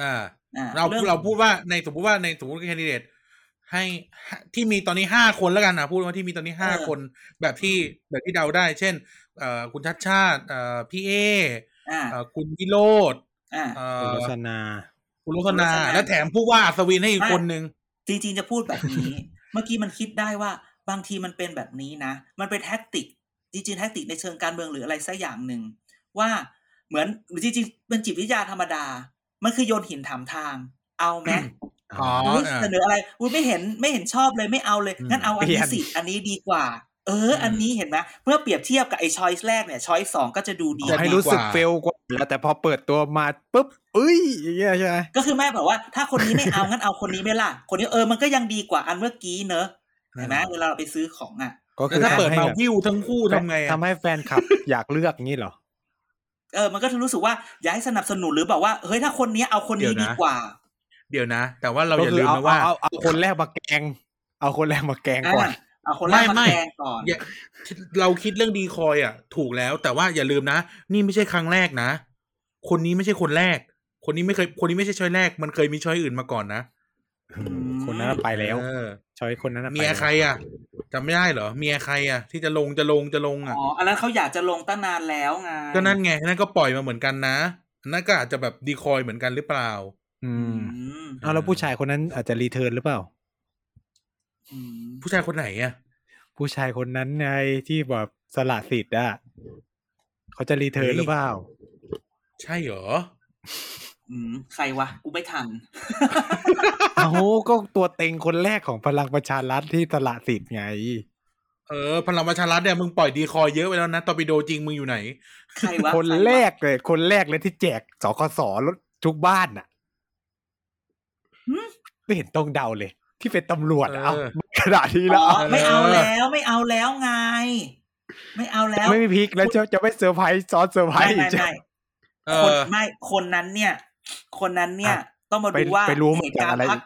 [SPEAKER 2] อ่า
[SPEAKER 4] อ่
[SPEAKER 2] เรา
[SPEAKER 4] อง
[SPEAKER 2] เราพูดว่าในสมมติว่าในสมมติแคนดิเดตให้ที่มีตอนนี้ห้าคนแล้วกันนะพูดว่าที่มีตอนนี้ห้า
[SPEAKER 4] เออ
[SPEAKER 2] คนแบบที่แบบที่เดาได้ เช่น เอ่อคุณชัดชาติเอ่อพี่เอ
[SPEAKER 4] อ่า
[SPEAKER 2] เอ่อคุณวิโรธ
[SPEAKER 4] อ่า
[SPEAKER 2] เอ่อ
[SPEAKER 3] โฆษณา
[SPEAKER 2] คุณลักษณา
[SPEAKER 4] คุณลักษณะ
[SPEAKER 2] และแถมผู้ว่าอัศวินให้อีกคนนึง
[SPEAKER 4] จริงๆจะพูดแบบนี้ เมื่อกี้มันคิดได้ว่าบางทีมันเป็นแบบนี้นะ มันเป็นแท็กติก จริงๆแท็กติกในเชิงการเมืองหรืออะไรสักอย่างหนึ่ง ว่าเหมือนจริงๆเป็นจิตวิทยาธรรมดา มันคือโยนหินถามทาง เอาไหม
[SPEAKER 2] อ๋อ
[SPEAKER 4] อุ๊ย
[SPEAKER 2] อ่า
[SPEAKER 4] เสนออะไรอุ้ยไม่เห็นไม่เห็นชอบเลยไม่เอาเลย
[SPEAKER 2] อืม
[SPEAKER 4] งั้นเอาอันนี้
[SPEAKER 3] เปลี่ยน
[SPEAKER 4] สิอันนี้ดีกว่า เออ อันนี้เห็นไหมเมื่อเปรียบเทียบกับไอ้ช้อยส์แรกเนี่ยช้อยส์สองก็จะดูดี
[SPEAKER 3] จะ
[SPEAKER 2] ห้
[SPEAKER 3] รู้สึกเฟลกว่า แล้วแต่พอเปิดตัวมาปุ๊บเอ้ยอย่างเงี้ยใช่ไหม
[SPEAKER 4] ก็คือแม่บอกว่าถ้าคนนี้ไม่เอา งั้นเอาคนนี้ไหม่ล่ะ คนนี้เออมันก็ยังดีกว่าอันเมื่อกี้เนอะเห็นไหมเวลาเราไปซื้อของอ่ะ
[SPEAKER 3] ก็
[SPEAKER 2] แล้ว
[SPEAKER 3] คือ
[SPEAKER 2] ถ้าเปิด
[SPEAKER 3] ทำ
[SPEAKER 2] มา
[SPEAKER 3] ให้แบบ
[SPEAKER 2] วิวทั้งคู่ทำไงอะ
[SPEAKER 3] ทำให้แฟนคลับ อยากเลือกอย่างนี้เหรอ
[SPEAKER 4] เออมันก็จะรู้สึกว่าอย่าให้สนับสนุนหรือแบบว่าเฮ้ยถ้าคนนี้เอาคนนี้ดีกว่า
[SPEAKER 2] เดี๋ยวนะ แต่ว่าเรา
[SPEAKER 3] ก็
[SPEAKER 2] อย่า
[SPEAKER 3] คือ
[SPEAKER 2] ลืม
[SPEAKER 3] เอา
[SPEAKER 2] นะ
[SPEAKER 3] เอา
[SPEAKER 2] ว่า
[SPEAKER 3] เอาเอาคนแรกมาแกง เอาคนแรกมาแกงก่อน
[SPEAKER 4] อ่ะเอาคนแรก
[SPEAKER 2] ไม่
[SPEAKER 4] มา
[SPEAKER 2] ไม่
[SPEAKER 4] แกงก่อน
[SPEAKER 2] อย่าเราคิดเรื่องดีคอยอ่ะ ถูกแล้วแต่ว่าอย่าลืมนะ นี่ไม่ใช่ครั้งแรกนะ คนนี้ไม่ใช่คนแรก คนนี้ไม่เคย คนนี้ไม่ใช่ช้อยแรก มันเคยมีช้อยอื่นมาก่อนนะ
[SPEAKER 3] คนนั้นไปแล้ว
[SPEAKER 2] เออ
[SPEAKER 3] ชอยคนนั้นน่ะไป
[SPEAKER 2] เมีย
[SPEAKER 3] แล้ว
[SPEAKER 2] ใครอ่ะจำไม่ได้เหรอเมียใครอ่ะ ที่จะลงจะลงจะลงอ่ะ
[SPEAKER 4] อ๋ออันนั้นเขาอยากจะลงตั้งนานแล้วไง
[SPEAKER 2] ก็นั่นไงนั่นก็ปล่อยมาเหมือนกันนะนั่นก็อาจจะแบบดีคอยเหมือนกันหรือเปล่า
[SPEAKER 3] อื
[SPEAKER 4] อื
[SPEAKER 3] ม
[SPEAKER 4] ม
[SPEAKER 3] เอาแล้วผู้ชายคนนั้นอาจจะรีเทิร์นหรือเปล่า
[SPEAKER 4] อืม
[SPEAKER 2] ผู้ชายคนไหนอ่ะ
[SPEAKER 3] ผู้ชายคนนั้นไงที่แบบสละสิทธิ์อ่ะเขาจะรีเทิร์นหรือเปล่า
[SPEAKER 2] ใช่เหรอ
[SPEAKER 4] อืมใครวะกูไม่ทัน
[SPEAKER 3] เอาก็ตัวเต็งคนแรกของพลังประชารัฐที่สละสิทธิ์ไง
[SPEAKER 2] เออพลังประชารัฐเนี่ยมึงปล่อยดีคอยเยอะไปแล้วนะตอร์ปิโดจริงมึงอยู่ไหน
[SPEAKER 4] ใครวะ
[SPEAKER 3] คน
[SPEAKER 4] ใวะ
[SPEAKER 3] แรกเลย คนแรกเลยที่แจกสคสรถทุกบ้านน่ะไม่เห็นต้องเดาเลย ที่เป็นตำรวจอะเอา
[SPEAKER 2] เออ
[SPEAKER 3] ขนาดนี้
[SPEAKER 4] อ๋
[SPEAKER 3] แล้ว
[SPEAKER 4] อ
[SPEAKER 3] อะ
[SPEAKER 4] ไม่เอาแล้วไม่เอาแล้วไง ไม่เอาแล้ว
[SPEAKER 3] ไม่มีพลิกแล้วจะจะไม่เซอร์ไพรส์ซ้อนเซอร์ไพร
[SPEAKER 4] ไม่
[SPEAKER 3] ส์อีก
[SPEAKER 4] ไม่
[SPEAKER 3] จะ
[SPEAKER 4] ไม่
[SPEAKER 2] เอ
[SPEAKER 4] คน
[SPEAKER 2] อ
[SPEAKER 4] ไม่คนนั้นเนี่ย คนนั้นเนี่ย
[SPEAKER 3] อ่ะ
[SPEAKER 4] ต้องมา
[SPEAKER 3] ไป
[SPEAKER 4] ดูว่า
[SPEAKER 3] ไปรู้มา
[SPEAKER 4] เหตุการ
[SPEAKER 3] จากอะไร
[SPEAKER 4] ณ์พัก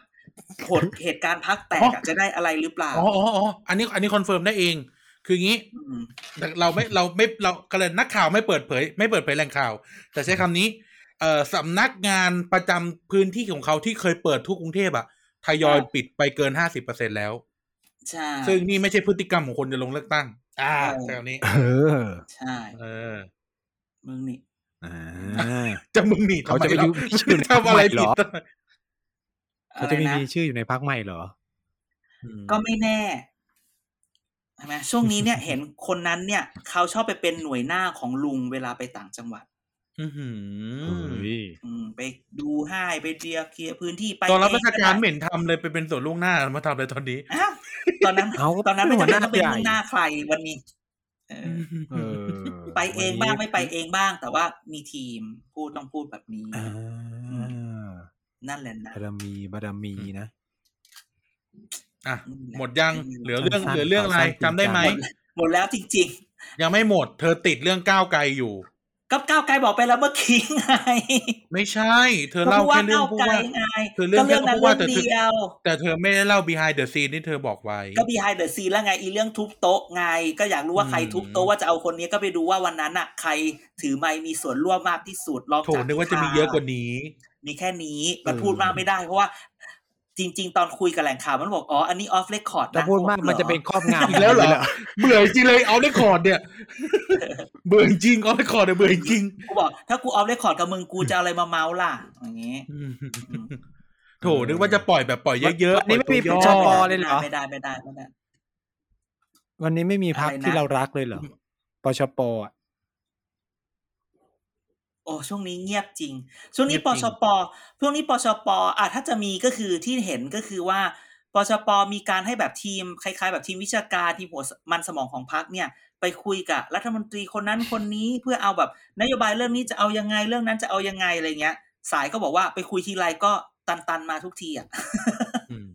[SPEAKER 4] ผลเหตุการณ์พักแตกอะจะได้อะไรหรือเปล่า
[SPEAKER 2] อ๋ออ๋ออ๋ออันนี้ อันนี้คอนเฟิร์มได้เอง คืองี้
[SPEAKER 4] ม
[SPEAKER 2] แต่เราไม่ เราไม่ เราก็เลยนักข่าวไม่เปิดเผย ไม่เปิดเผยแหล่งข่าว แต่ใช้คำนี้ เอ่อสำนักงานประจำพื้นที่ของเขาที่เคยเปิดทั่วกรุงเทพอะทยอยปิดไปเกินห้าสิบเปอร์เซ็นแล้ว
[SPEAKER 4] ใช่
[SPEAKER 2] ซึ่งนี่ไม่ใช่พฤติกรรมของคนจะลงเลือกตั้ง อ่า
[SPEAKER 4] เออ
[SPEAKER 2] ใช้คำนี้
[SPEAKER 3] เออ
[SPEAKER 4] ใช่
[SPEAKER 2] เออ
[SPEAKER 4] มึงนี่
[SPEAKER 3] อ่า
[SPEAKER 2] จะมึงหนีทำ
[SPEAKER 3] เขาจะไป
[SPEAKER 2] มล่
[SPEAKER 3] ยุ่งอยู่ใน
[SPEAKER 2] ทำอะไร
[SPEAKER 3] ทำไมเหร
[SPEAKER 2] ผิด
[SPEAKER 3] อ
[SPEAKER 2] ตั้ง
[SPEAKER 4] อะ
[SPEAKER 3] เขา
[SPEAKER 4] ไร
[SPEAKER 3] จะไม่
[SPEAKER 4] นะ
[SPEAKER 3] มีชื่ออยู่ในพักใหม่เหรอ
[SPEAKER 4] ก็ไม่แน่ใช่ไหมช่วงนี้เนี่ย เห็นคนนั้นเนี่ยเขาชอบไปเป็นหน่วยหน้าของลุงเวลาไปต่างจังหวัด
[SPEAKER 2] อื้อหื
[SPEAKER 3] อ
[SPEAKER 2] อ
[SPEAKER 4] อืม ไปดูให้ไปเดียเคลียร์พื้นที่ไป
[SPEAKER 2] ตอนรับราชการ
[SPEAKER 4] เอง
[SPEAKER 2] เห
[SPEAKER 4] ได้
[SPEAKER 2] ม็นทำเลยไปเป็นส่วนล่วงหน้ามาทำเลยตอนนี้
[SPEAKER 4] อ้าวตอนนั้น
[SPEAKER 3] เอาก็
[SPEAKER 4] ตอนนั้นไม่จำเป็น
[SPEAKER 3] หัวหน้า
[SPEAKER 4] ต้องเป็น
[SPEAKER 3] ใหญ่
[SPEAKER 4] ลูกหน้าใครวันนี้เออ
[SPEAKER 3] เออ
[SPEAKER 4] ไปเองบ้างไม่ไป
[SPEAKER 3] วันนี้
[SPEAKER 4] เองบ้าง แต่ว่ามีทีมพูดต้องพูดแบบนี้
[SPEAKER 3] อ่า
[SPEAKER 4] นั่นแหละนะ
[SPEAKER 3] บารมีบารมีนะ
[SPEAKER 2] อ่ะหมดยังเหลือเรื่อง
[SPEAKER 3] สั้
[SPEAKER 2] เห
[SPEAKER 3] นๆ
[SPEAKER 2] ลือเรื่องอะไร
[SPEAKER 3] สั้นๆ
[SPEAKER 2] จำได้ไหม
[SPEAKER 4] หมดหมดแล้วจริง
[SPEAKER 2] ยังไม่หมด เธอติดเรื่องก้าวไกลอยู่
[SPEAKER 4] ๆก็ก้าวไกลบอกไปแล้วเมื่อกี้ไง
[SPEAKER 2] ไม่ใช่ เธอเล่าแค่เรื่อง
[SPEAKER 4] ก็
[SPEAKER 2] ผู้
[SPEAKER 4] ก้าวไกล
[SPEAKER 2] ว่า
[SPEAKER 4] ไง
[SPEAKER 2] คือเรื่อง
[SPEAKER 4] ก็เรื่องนั้น
[SPEAKER 2] ผู้
[SPEAKER 4] เรื่
[SPEAKER 2] ว่
[SPEAKER 4] อง
[SPEAKER 2] าแต่เธอ
[SPEAKER 4] เดียว
[SPEAKER 2] แต่เธอไม่ได้เล่า behind the scene ที่เธอบอกไว้
[SPEAKER 4] ก็ behind the scene แล้วไงอีเรื่องทุบโต๊ะไง ก็อยากรู้ว่าใครทุบโต๊ะว่าจะเอาคนนี้ก็ไปดูว่าวันนั้นอ่ะ ใครถือไมค์มีส่วนร่วมมากที่สุดลอง
[SPEAKER 2] โถนึกว่าจะมีเยอะกว่านี้
[SPEAKER 4] มีแค่นี้ มัน
[SPEAKER 3] เออ
[SPEAKER 4] พูดมากไม่ได้ เพราะว่า จริง ๆ ตอนคุยกับแหล่งข่าวมันบอกอ๋ออันนี้ off record
[SPEAKER 3] ถ้า
[SPEAKER 4] นะ
[SPEAKER 3] พูดมาก
[SPEAKER 4] ผ
[SPEAKER 3] มันจะเป็น
[SPEAKER 4] หรอ
[SPEAKER 3] ครอบงำ
[SPEAKER 2] อีกแล้วเหรอ เบื่อจริงเลยเอาได้คอร์ด เนี่ย เบื่อจริงเอาได้คอร์ดเนี่ยเบื่อจริง
[SPEAKER 4] กูบอก ถ้ากู off record กับมึงกูจะเอาอะไรมาเมาส์ล่ะอย่างงี้
[SPEAKER 2] โถนึกว่าจะปล่อยแบบปล่อยเยอะๆ
[SPEAKER 3] วันนี้ไม่มี
[SPEAKER 2] ปล่
[SPEAKER 3] พ
[SPEAKER 2] อย
[SPEAKER 3] ช
[SPEAKER 2] ตัว
[SPEAKER 3] ป
[SPEAKER 2] ย่อ
[SPEAKER 3] เลยเหรอ
[SPEAKER 4] ไม่ได้ไม่ได้ไม่ได้
[SPEAKER 3] วันนี้ไม่มีพัก
[SPEAKER 4] อะไรนะ
[SPEAKER 3] ที่เรารักเลยเหรอปชปอ่ะ
[SPEAKER 4] โอ้ช่วงนี้เงียบจริง ช่วงนี้
[SPEAKER 3] เงี
[SPEAKER 4] ป
[SPEAKER 3] ยบจ
[SPEAKER 4] ช
[SPEAKER 3] ริง
[SPEAKER 4] ปช่วงนี้ปชปอ่ะถ้าจะมีก็คือที่เห็นก็คือว่าปชปมีการให้แบบทีมคล้าย ๆ แบบทีมวิชาการทีมหัวมันสมองของพรรคเนี่ย ไปคุยกับรัฐมนตรีคนนั้นคนนี้เพื่อเอาแบบนโยบายเรื่องนี้จะเอายังไงเรื่องนั้นจะเอายังไงอะไรเงี้ย สายก็บอกว่าไปคุยทีไรก็ตันๆมาทุกทีอ่ะ
[SPEAKER 2] อืม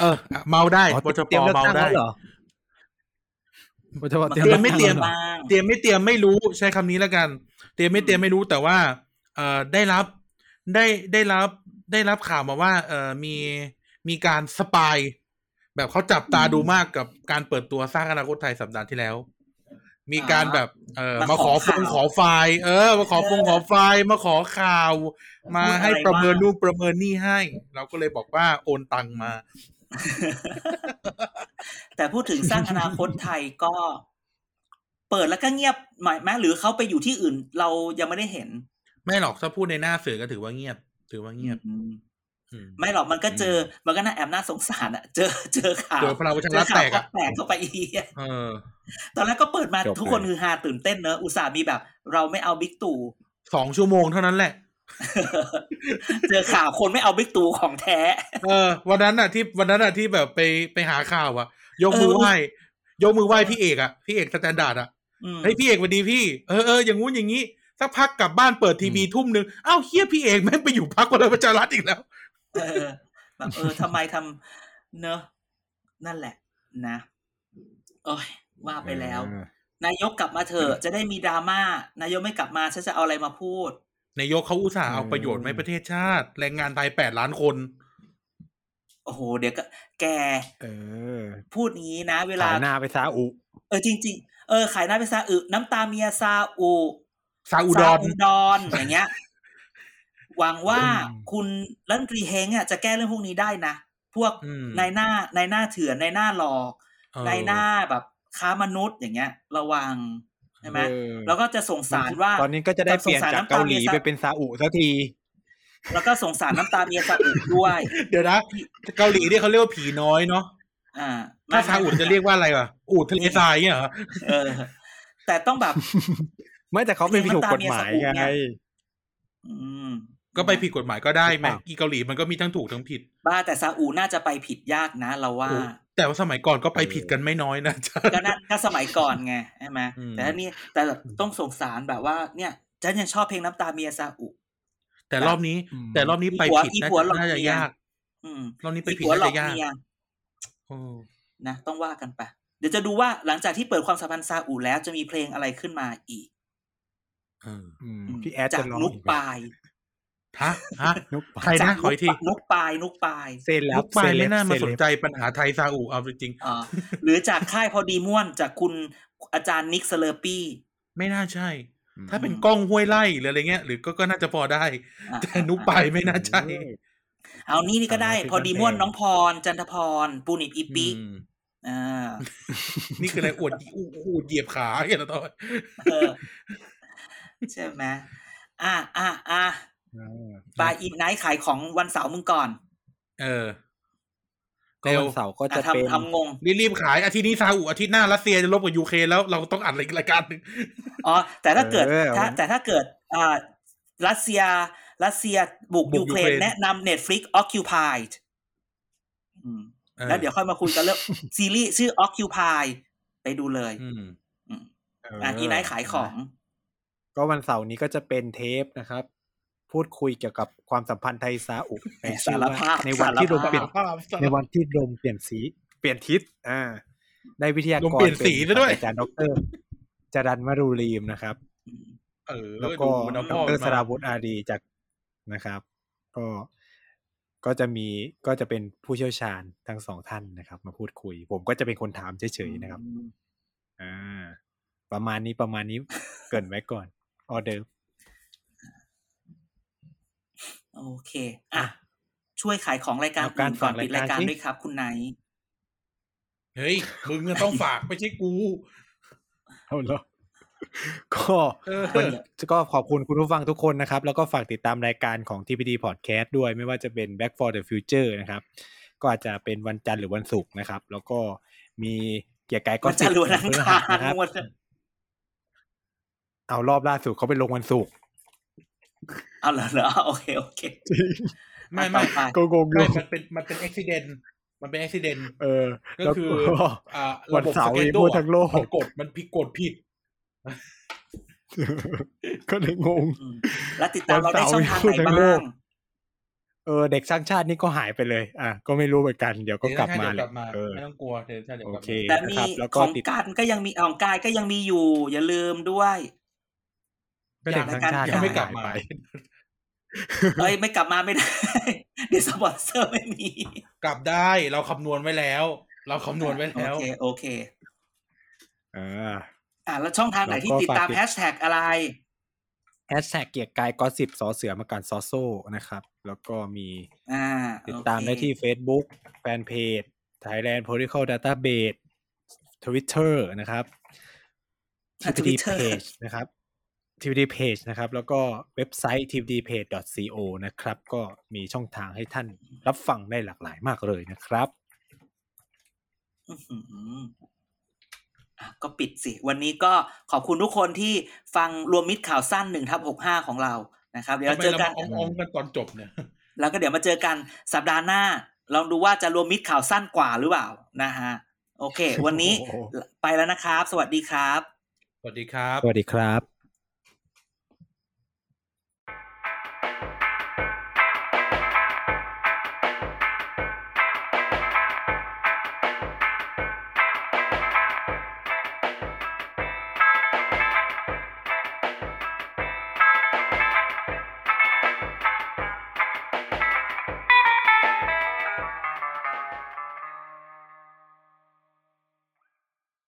[SPEAKER 2] เออเมาได้
[SPEAKER 3] อ๋อ
[SPEAKER 2] ปชป
[SPEAKER 3] เตรียมเลือก
[SPEAKER 2] เมา
[SPEAKER 3] ตั้ง
[SPEAKER 2] ได้
[SPEAKER 3] แล้วเหรอปชป
[SPEAKER 4] มัน
[SPEAKER 3] เตรียม
[SPEAKER 2] เตรี
[SPEAKER 3] ลื
[SPEAKER 2] ย
[SPEAKER 3] อ
[SPEAKER 2] ม
[SPEAKER 3] ก
[SPEAKER 2] ไม่
[SPEAKER 3] ตั้ง
[SPEAKER 4] บ้าง
[SPEAKER 2] เตรียมเต
[SPEAKER 3] แล้วหอ
[SPEAKER 2] รียมไม่เตรียมไม่รู้ใช้คำนี้แล้วกัน เตรียมไม่เตรียมไม่รู้แต่ว่า เอ่อได้รับได้ได้รับได้รับข่าวมาว่า เอ่อมีมีการสปาย แบบเขาจับตา
[SPEAKER 4] อืม
[SPEAKER 2] ดูมากกับการเปิดตัวสร้างอนาคตไทยสัปดาห์ที่แล้ว มีการ
[SPEAKER 4] อ่า
[SPEAKER 2] แบบเอ่อ
[SPEAKER 4] มา
[SPEAKER 2] มา
[SPEAKER 4] ข
[SPEAKER 2] ข
[SPEAKER 4] อ
[SPEAKER 2] อฟ
[SPEAKER 4] ข่าว
[SPEAKER 2] งขอไฟล์เออ มาขอฟงขอไฟล์มาขอข่าว มา
[SPEAKER 4] พูดอะไร
[SPEAKER 2] ให้ประเมิน
[SPEAKER 4] บ้าง
[SPEAKER 2] นู่นประเมินนี่ให้ เราก็เลยบอกว่าโอนตังมา
[SPEAKER 4] แต่พูดถึงสร้างอนาคตไทยก็ เปิดแล้วก็เงียบหมายไหมหรือเขาไปอยู่ที่อื่น เรายังไม่ได้เห็น
[SPEAKER 2] ไม่หรอกถ้าพูดในหน้าสื่อก็ถือว่าเงียบ ถือว่าเงียบอืม
[SPEAKER 4] ไม่หรอกมันก็เจอ มันก็น่าแอบน่าสงสารอะเจอเจอข่าว
[SPEAKER 2] เจอพลังประชา
[SPEAKER 4] เจ
[SPEAKER 2] รั
[SPEAKER 4] อ
[SPEAKER 2] ฐ
[SPEAKER 4] ข่า
[SPEAKER 2] แต
[SPEAKER 4] ว
[SPEAKER 2] ก
[SPEAKER 4] ก็
[SPEAKER 2] อ่ะ
[SPEAKER 4] แตกเข้าไปอีก
[SPEAKER 2] เออ
[SPEAKER 4] ตอนแรกก็เปิดมา
[SPEAKER 3] จบเลย
[SPEAKER 4] ทุกคนฮือฮาตื่นเต้นเนอะอุตส่าห์มีแบบ เราไม่เอาบิ๊กตู่
[SPEAKER 2] สองชั่วโมงเท่านั้นแหละ
[SPEAKER 4] เจอข่าวคนไม่เอาบิ๊กตู่ของแท้
[SPEAKER 2] เออ วันนั้นอ่ะที่วันนั้นอ่ะที่แบบไปไปหาข่าวอ่ะ ยกมือไหว้ยกมือไหว้พี่เอกอ่ะพี่เอกสแตนดาร์ดอ่ะ
[SPEAKER 4] อืม
[SPEAKER 2] เฮ้ยพี่เอกสวันดีพี่เออเอออย่างงู้นอย่างงี้สักพักกลับบ้านเปิดทีวีทุ่มหนึ่งอ้าวเฮียพี่เอกแม่งไปอยู่พักพลังประชารัฐอีกแล้ว
[SPEAKER 4] เออแบบเออทำไมทำเนอะนั่นแหละ นะโอ้ยว่าไปแล้ว
[SPEAKER 3] เออน
[SPEAKER 4] ายกกลับมาเถอะจะได้มีดราม่านายกไม่กลับมาฉันจะเอาอะไรมาพูด
[SPEAKER 2] นายกเขาอุตส่าห์เอาประโยชน์ไหมประเทศชาติ แรงงานไทยแปดล้านคน
[SPEAKER 4] โอ้โห เดี๋ยวก็ แก
[SPEAKER 3] เออ
[SPEAKER 4] พูดนี้นะ เวลา
[SPEAKER 3] ขายหน้าไปซาอุ
[SPEAKER 4] เออจริง ๆ เออขายหน้าเป็นซาอุน้ำตาเมียซาอุ
[SPEAKER 2] ซาอุดอน
[SPEAKER 4] ซาดอนอย่างเงี้ย หวังว่า
[SPEAKER 3] อืม
[SPEAKER 4] คุณรัฐมนตรีเฮงอ่ะจะแก้เรื่องพวกนี้ได้นะ พวก
[SPEAKER 2] อืม
[SPEAKER 4] นายหน้านายหน้าเถื่อนนายหน้าหลอก
[SPEAKER 2] เออ
[SPEAKER 4] นายหน้าแบบค้ามนุษย์อย่างเงี้ย ระวังใช่ไหม
[SPEAKER 3] เออ
[SPEAKER 4] แล้วก็จะสงสารว่า
[SPEAKER 3] ตอนนี้ก็จะได้เปลี่ยนจากเกาหลีไปเป็นซาอุสักที
[SPEAKER 4] แล้วก็สงสารน้ำตาเมียซาอุด้วย
[SPEAKER 2] เดี๋ยวนะเกาหลีเนี่ยเขาเรียกว่าผีน้อยเนาะ
[SPEAKER 4] อ่า
[SPEAKER 2] ถ้าซาอุจะเรียกว่าอะไรวะอูดทะเลทรายเนี่ยเหรอ
[SPEAKER 4] เออ แต่ต้องแบบ
[SPEAKER 3] ไม่แต่เขาไม่ผิดถูกกฎหมายไง
[SPEAKER 4] อืม
[SPEAKER 2] ก็ไปผิดกฎหมายก็ได้ไหม
[SPEAKER 3] หรือเปล่า
[SPEAKER 2] อีเกาหลีมันก็มีทั้งถูกทั้งผิด
[SPEAKER 4] บ้าแต่ซาอุน่าจะไปผิดยากนะ เราว่า
[SPEAKER 2] โอ้ แต่ว่าสมัยก่อนก็ไปผิดกันไม่น้อยนะ อาจ๊ะ
[SPEAKER 4] ก็น่าก็สมัยก่อนไงใช่ไหม
[SPEAKER 2] อืม
[SPEAKER 4] แต่อันนี่แต่แบบต้องสงสารแบบว่า เนี่ยฉันยังชอบเพลงน้ำตาเมียซาอุ
[SPEAKER 2] แต่รอบนี้
[SPEAKER 3] อืม
[SPEAKER 2] แต่รอบนี้ไปผิด
[SPEAKER 4] อี
[SPEAKER 2] น่า
[SPEAKER 4] ผัว
[SPEAKER 2] จะ
[SPEAKER 4] หลอก
[SPEAKER 2] น่าจะ
[SPEAKER 4] เมีย
[SPEAKER 2] ยาก
[SPEAKER 4] อืม
[SPEAKER 2] รอบนี้ไปผิด
[SPEAKER 4] ผัวหลอ
[SPEAKER 2] น่า
[SPEAKER 4] ก
[SPEAKER 2] จะยาก
[SPEAKER 4] เมีย
[SPEAKER 2] โอ้
[SPEAKER 4] นะต้องว่ากันไปเดี๋ยวจะดูว่าหลังจากที่เปิดความสัมพันธ์ซาอุแล้วจะมีเพลงอะไรขึ้นมาอีก
[SPEAKER 2] เออ
[SPEAKER 3] อืม
[SPEAKER 4] ม
[SPEAKER 3] พี่แอด
[SPEAKER 4] จา
[SPEAKER 3] จะ
[SPEAKER 4] ก
[SPEAKER 3] ร้อง
[SPEAKER 4] นุก
[SPEAKER 3] อีไหม
[SPEAKER 4] ปาย
[SPEAKER 2] ฮะฮะ
[SPEAKER 3] นุกปา
[SPEAKER 2] ใคร
[SPEAKER 3] ย
[SPEAKER 4] จาก
[SPEAKER 2] นะขออีกที
[SPEAKER 4] นุกปายนุกปาย
[SPEAKER 3] เซนแล้ว
[SPEAKER 2] ลุกไป
[SPEAKER 3] เซเลบ
[SPEAKER 2] ไม่น่ามา
[SPEAKER 3] เซเลบ
[SPEAKER 2] สนใจปัญหาไทยซาอุเอาจริง
[SPEAKER 4] อ่าหรือจากค่ายพอดีม่วนจากคุณอาจารย์นิกเซเลอร์ปี้
[SPEAKER 2] ๆไม่น่าใช่
[SPEAKER 3] อืม
[SPEAKER 2] ถ้าเป็นกล้องห้วยไล่หรืออะไรเงี้ย หรือก็ก็น่าจะพอได้
[SPEAKER 4] อ่ะ
[SPEAKER 2] แต่นุกไปไม่น่า ใช่
[SPEAKER 3] เออ
[SPEAKER 4] เอานี่นี่ก็ได้
[SPEAKER 3] อ่า
[SPEAKER 4] พอดีม่วนน้องพร จันทพรปูนิบอีปิ
[SPEAKER 2] อืม
[SPEAKER 4] อ่า
[SPEAKER 2] นี่คืออะไรอวดอวดอวดเหยียบขาอย่างละตอน
[SPEAKER 4] เออใช่ไหมอ่ะอ่ะอ่ะ
[SPEAKER 3] เออ
[SPEAKER 4] ปลาอินไนท์ขายของวันเสาร์มึงก่อน
[SPEAKER 2] เออ
[SPEAKER 3] ก็
[SPEAKER 2] เร็ว
[SPEAKER 3] วันเสาร์ก็
[SPEAKER 4] อ่ะ
[SPEAKER 3] จะเป็น
[SPEAKER 4] ทำทำงง
[SPEAKER 2] รีบๆขายอาทิตย์นี้ซาอุอาทิตย์หน้ารัสเซียจะลบกับยูเครนแล้วเราต้องอัดรายการหนึ่ง
[SPEAKER 4] อ๋อ แต่ถ้าเกิดถ้าแต่ถ้าเกิดอ่ารัสเซีย รัสเซียบุก
[SPEAKER 2] บุก
[SPEAKER 4] ยูเครน
[SPEAKER 2] ยูเครน
[SPEAKER 4] แนะนำ Netflix Occupied อืม
[SPEAKER 2] ออ
[SPEAKER 4] แล้วเดี๋ยวค่อยมาคุยกันเรื่อง ซีรีส์ชื่อ Occupy ไปดูเลย
[SPEAKER 2] อืม
[SPEAKER 4] อืม อ่ะอีไนท์ขายของ
[SPEAKER 3] ก็วันเสาร์นี้ก็จะเป็นเทปนะครับ พูดคุยเกี่ยวกับความสัมพันธ์ไทยซา อุในชื่อ
[SPEAKER 4] สารภาพ
[SPEAKER 3] ในวันที่
[SPEAKER 4] สารภาพ
[SPEAKER 3] ลมเปลี่ยนในวันที่ลมเปลี่ยนสี เปลี่ยนทิศอ่า ได้วิทยาก
[SPEAKER 2] ลม
[SPEAKER 3] ร
[SPEAKER 2] เปลี่ยนสีซะด้วย
[SPEAKER 3] อาจารย์ดอกเตอรจรันมารูรีมนะครับ
[SPEAKER 2] เออ
[SPEAKER 3] แล้วก็
[SPEAKER 2] ดูมัน
[SPEAKER 3] ด
[SPEAKER 2] เอาพ่อ
[SPEAKER 3] ร
[SPEAKER 2] มันม
[SPEAKER 3] สราวุธอารีจากนะครับ ก็ก็จะมีก็จะเป็นผู้เชี่ยวชาญทั้งสองท่านนะครับ มาพูดคุย ผมก็จะเป็นคนถามเฉยๆนะครับ อ่า ประมาณนี้ประมาณนี้ เกรินไว้ก่อนออเดอร์
[SPEAKER 4] โอเค อ่ะ ช่วยขายของรายการ
[SPEAKER 3] เอาการ
[SPEAKER 4] อื่นก่อน
[SPEAKER 3] ฝาก
[SPEAKER 4] ปิดรายการ
[SPEAKER 3] รายการสิ
[SPEAKER 4] ด้วยครับ คุณไนท์
[SPEAKER 2] เฮ้ยมึงอะต้องฝากไม่ใช่กู
[SPEAKER 3] เอาละก็
[SPEAKER 2] เออ
[SPEAKER 3] วันนี้ก็ขอบคุณคุณผู้ฟังทุกคนนะครับ แล้วก็ฝากติดตามรายการของ TPD Podcast ด้วยไม่ว่าจะเป็น Back for the Future นะครับ ก็อาจจะเป็นวันจันทร์หรือวันศุกร์นะครับ แล้วก็มีเกียร์กายก็
[SPEAKER 4] วันจันทร์หรือวันอังคาร
[SPEAKER 3] นะครับ
[SPEAKER 4] วัน
[SPEAKER 3] เอารอบล่าสุดเขาไปลงวันศุกร์
[SPEAKER 4] เอาเหรอเหรอโอเคโอเค
[SPEAKER 2] ไม่ไม่
[SPEAKER 4] ป
[SPEAKER 3] ก็งงอ
[SPEAKER 2] ไม่
[SPEAKER 3] ยู่
[SPEAKER 2] มันเป็นมันเป็นอุบิเหตุมันเป็นอุบิเหตุ
[SPEAKER 3] เออ
[SPEAKER 2] ก็
[SPEAKER 3] แล้ว
[SPEAKER 2] คือ
[SPEAKER 3] ก็
[SPEAKER 2] อ่า
[SPEAKER 3] วั
[SPEAKER 2] ระ
[SPEAKER 3] น
[SPEAKER 2] บบ
[SPEAKER 3] เสา
[SPEAKER 2] ส
[SPEAKER 3] ร์
[SPEAKER 2] เก
[SPEAKER 3] อี
[SPEAKER 2] ต
[SPEAKER 3] ก
[SPEAKER 2] โด
[SPEAKER 3] ทั่วทั้งโลก
[SPEAKER 2] มันกดมันผิดกดผิด
[SPEAKER 3] ก็เลยงง
[SPEAKER 4] อืมแล้วติดตาม
[SPEAKER 3] วั
[SPEAKER 4] เรา
[SPEAKER 3] น
[SPEAKER 4] ได้
[SPEAKER 3] เสา
[SPEAKER 4] ช่อง
[SPEAKER 3] ร์
[SPEAKER 4] ทางไหน
[SPEAKER 3] ทั่วทั้
[SPEAKER 4] บ้าง
[SPEAKER 3] โล
[SPEAKER 4] ง
[SPEAKER 3] กเออเด็กสร้างชาตินี่ก็หายไปเลย อ่ะก็ไม่รู้เหมือนกันเดี๋ยวก็กลับมาแห
[SPEAKER 2] เดี๋
[SPEAKER 3] ละ
[SPEAKER 2] ยวนะ
[SPEAKER 3] เอ
[SPEAKER 2] เดี๋ยวกลับมาไม่
[SPEAKER 3] อ
[SPEAKER 2] ต้องกลัวเดี๋ยวถ้าเดี๋ยวกลับ
[SPEAKER 3] โอ
[SPEAKER 2] มา
[SPEAKER 3] เค
[SPEAKER 4] แต่
[SPEAKER 3] นะ
[SPEAKER 4] มี
[SPEAKER 3] ครับแล้วก็
[SPEAKER 4] ของ
[SPEAKER 3] ติด
[SPEAKER 4] การก็ยังมีของกายก็ยังมีอยู่ อย่าลืมด้วย
[SPEAKER 3] ก็เด็กสร้างชาติ
[SPEAKER 2] ยังไม่กลับ
[SPEAKER 3] หย
[SPEAKER 2] มา
[SPEAKER 3] ป
[SPEAKER 4] เอ้ยไม่กลับมาไม่ได้ เดี๋ยวสปอนเซอร์ไม่มี
[SPEAKER 2] กลับได้ เราคำนวณไว้แล้ว เราคำนวณไว้แล้ว
[SPEAKER 4] โอเคโอเค
[SPEAKER 3] เออ
[SPEAKER 4] อ่าแล้วช่องทางไหนที่
[SPEAKER 3] แล้วก็
[SPEAKER 4] ติดตาม
[SPEAKER 3] ฝากติด
[SPEAKER 4] แฮชแท็กอะไร
[SPEAKER 3] แฮชแท็กเกียร์กายก็สิบสอเสือมากันซอโซ่นะครับ แล้วก็มี
[SPEAKER 4] อ่า
[SPEAKER 3] ติดตาม
[SPEAKER 4] โอเค
[SPEAKER 3] ได้ที่ Facebook แฟนเพจ Thailand Political Database Twitter นะครับ
[SPEAKER 4] อ่า
[SPEAKER 3] TPD
[SPEAKER 4] Twitter
[SPEAKER 3] Page นะครับ TPD Page นะครับ แล้วก็เว็บไซต์ tpdpage.co นะครับ ก็มีช่องทางให้ท่านรับฟังได้หลากหลายมากเลยนะครับ
[SPEAKER 4] อื้อหืออ่ะก็ปิดสิ วันนี้ก็ขอบคุณทุกคนที่ฟังรวมมิตรข่าวสั้นหนึ่งทับหกห้าของเรานะครับ เดี๋ยวเรา
[SPEAKER 2] ทำไม
[SPEAKER 4] เจอ
[SPEAKER 2] เรา
[SPEAKER 4] กั
[SPEAKER 2] มาน อ้องๆกันตอนจบเนี่ย
[SPEAKER 4] แล้วก็เดี๋ยวมาเจอกันสัปดาห์หน้า ลองดูว่าจะรวมมิตรข่าวสั้นกว่าหรือเปล่านะฮะ โอเค วันนี้
[SPEAKER 3] โอ้โห
[SPEAKER 4] ไปแล้วนะครับ สวัสดีครับ
[SPEAKER 2] สวัสดีครับ
[SPEAKER 3] สวัสดีครับ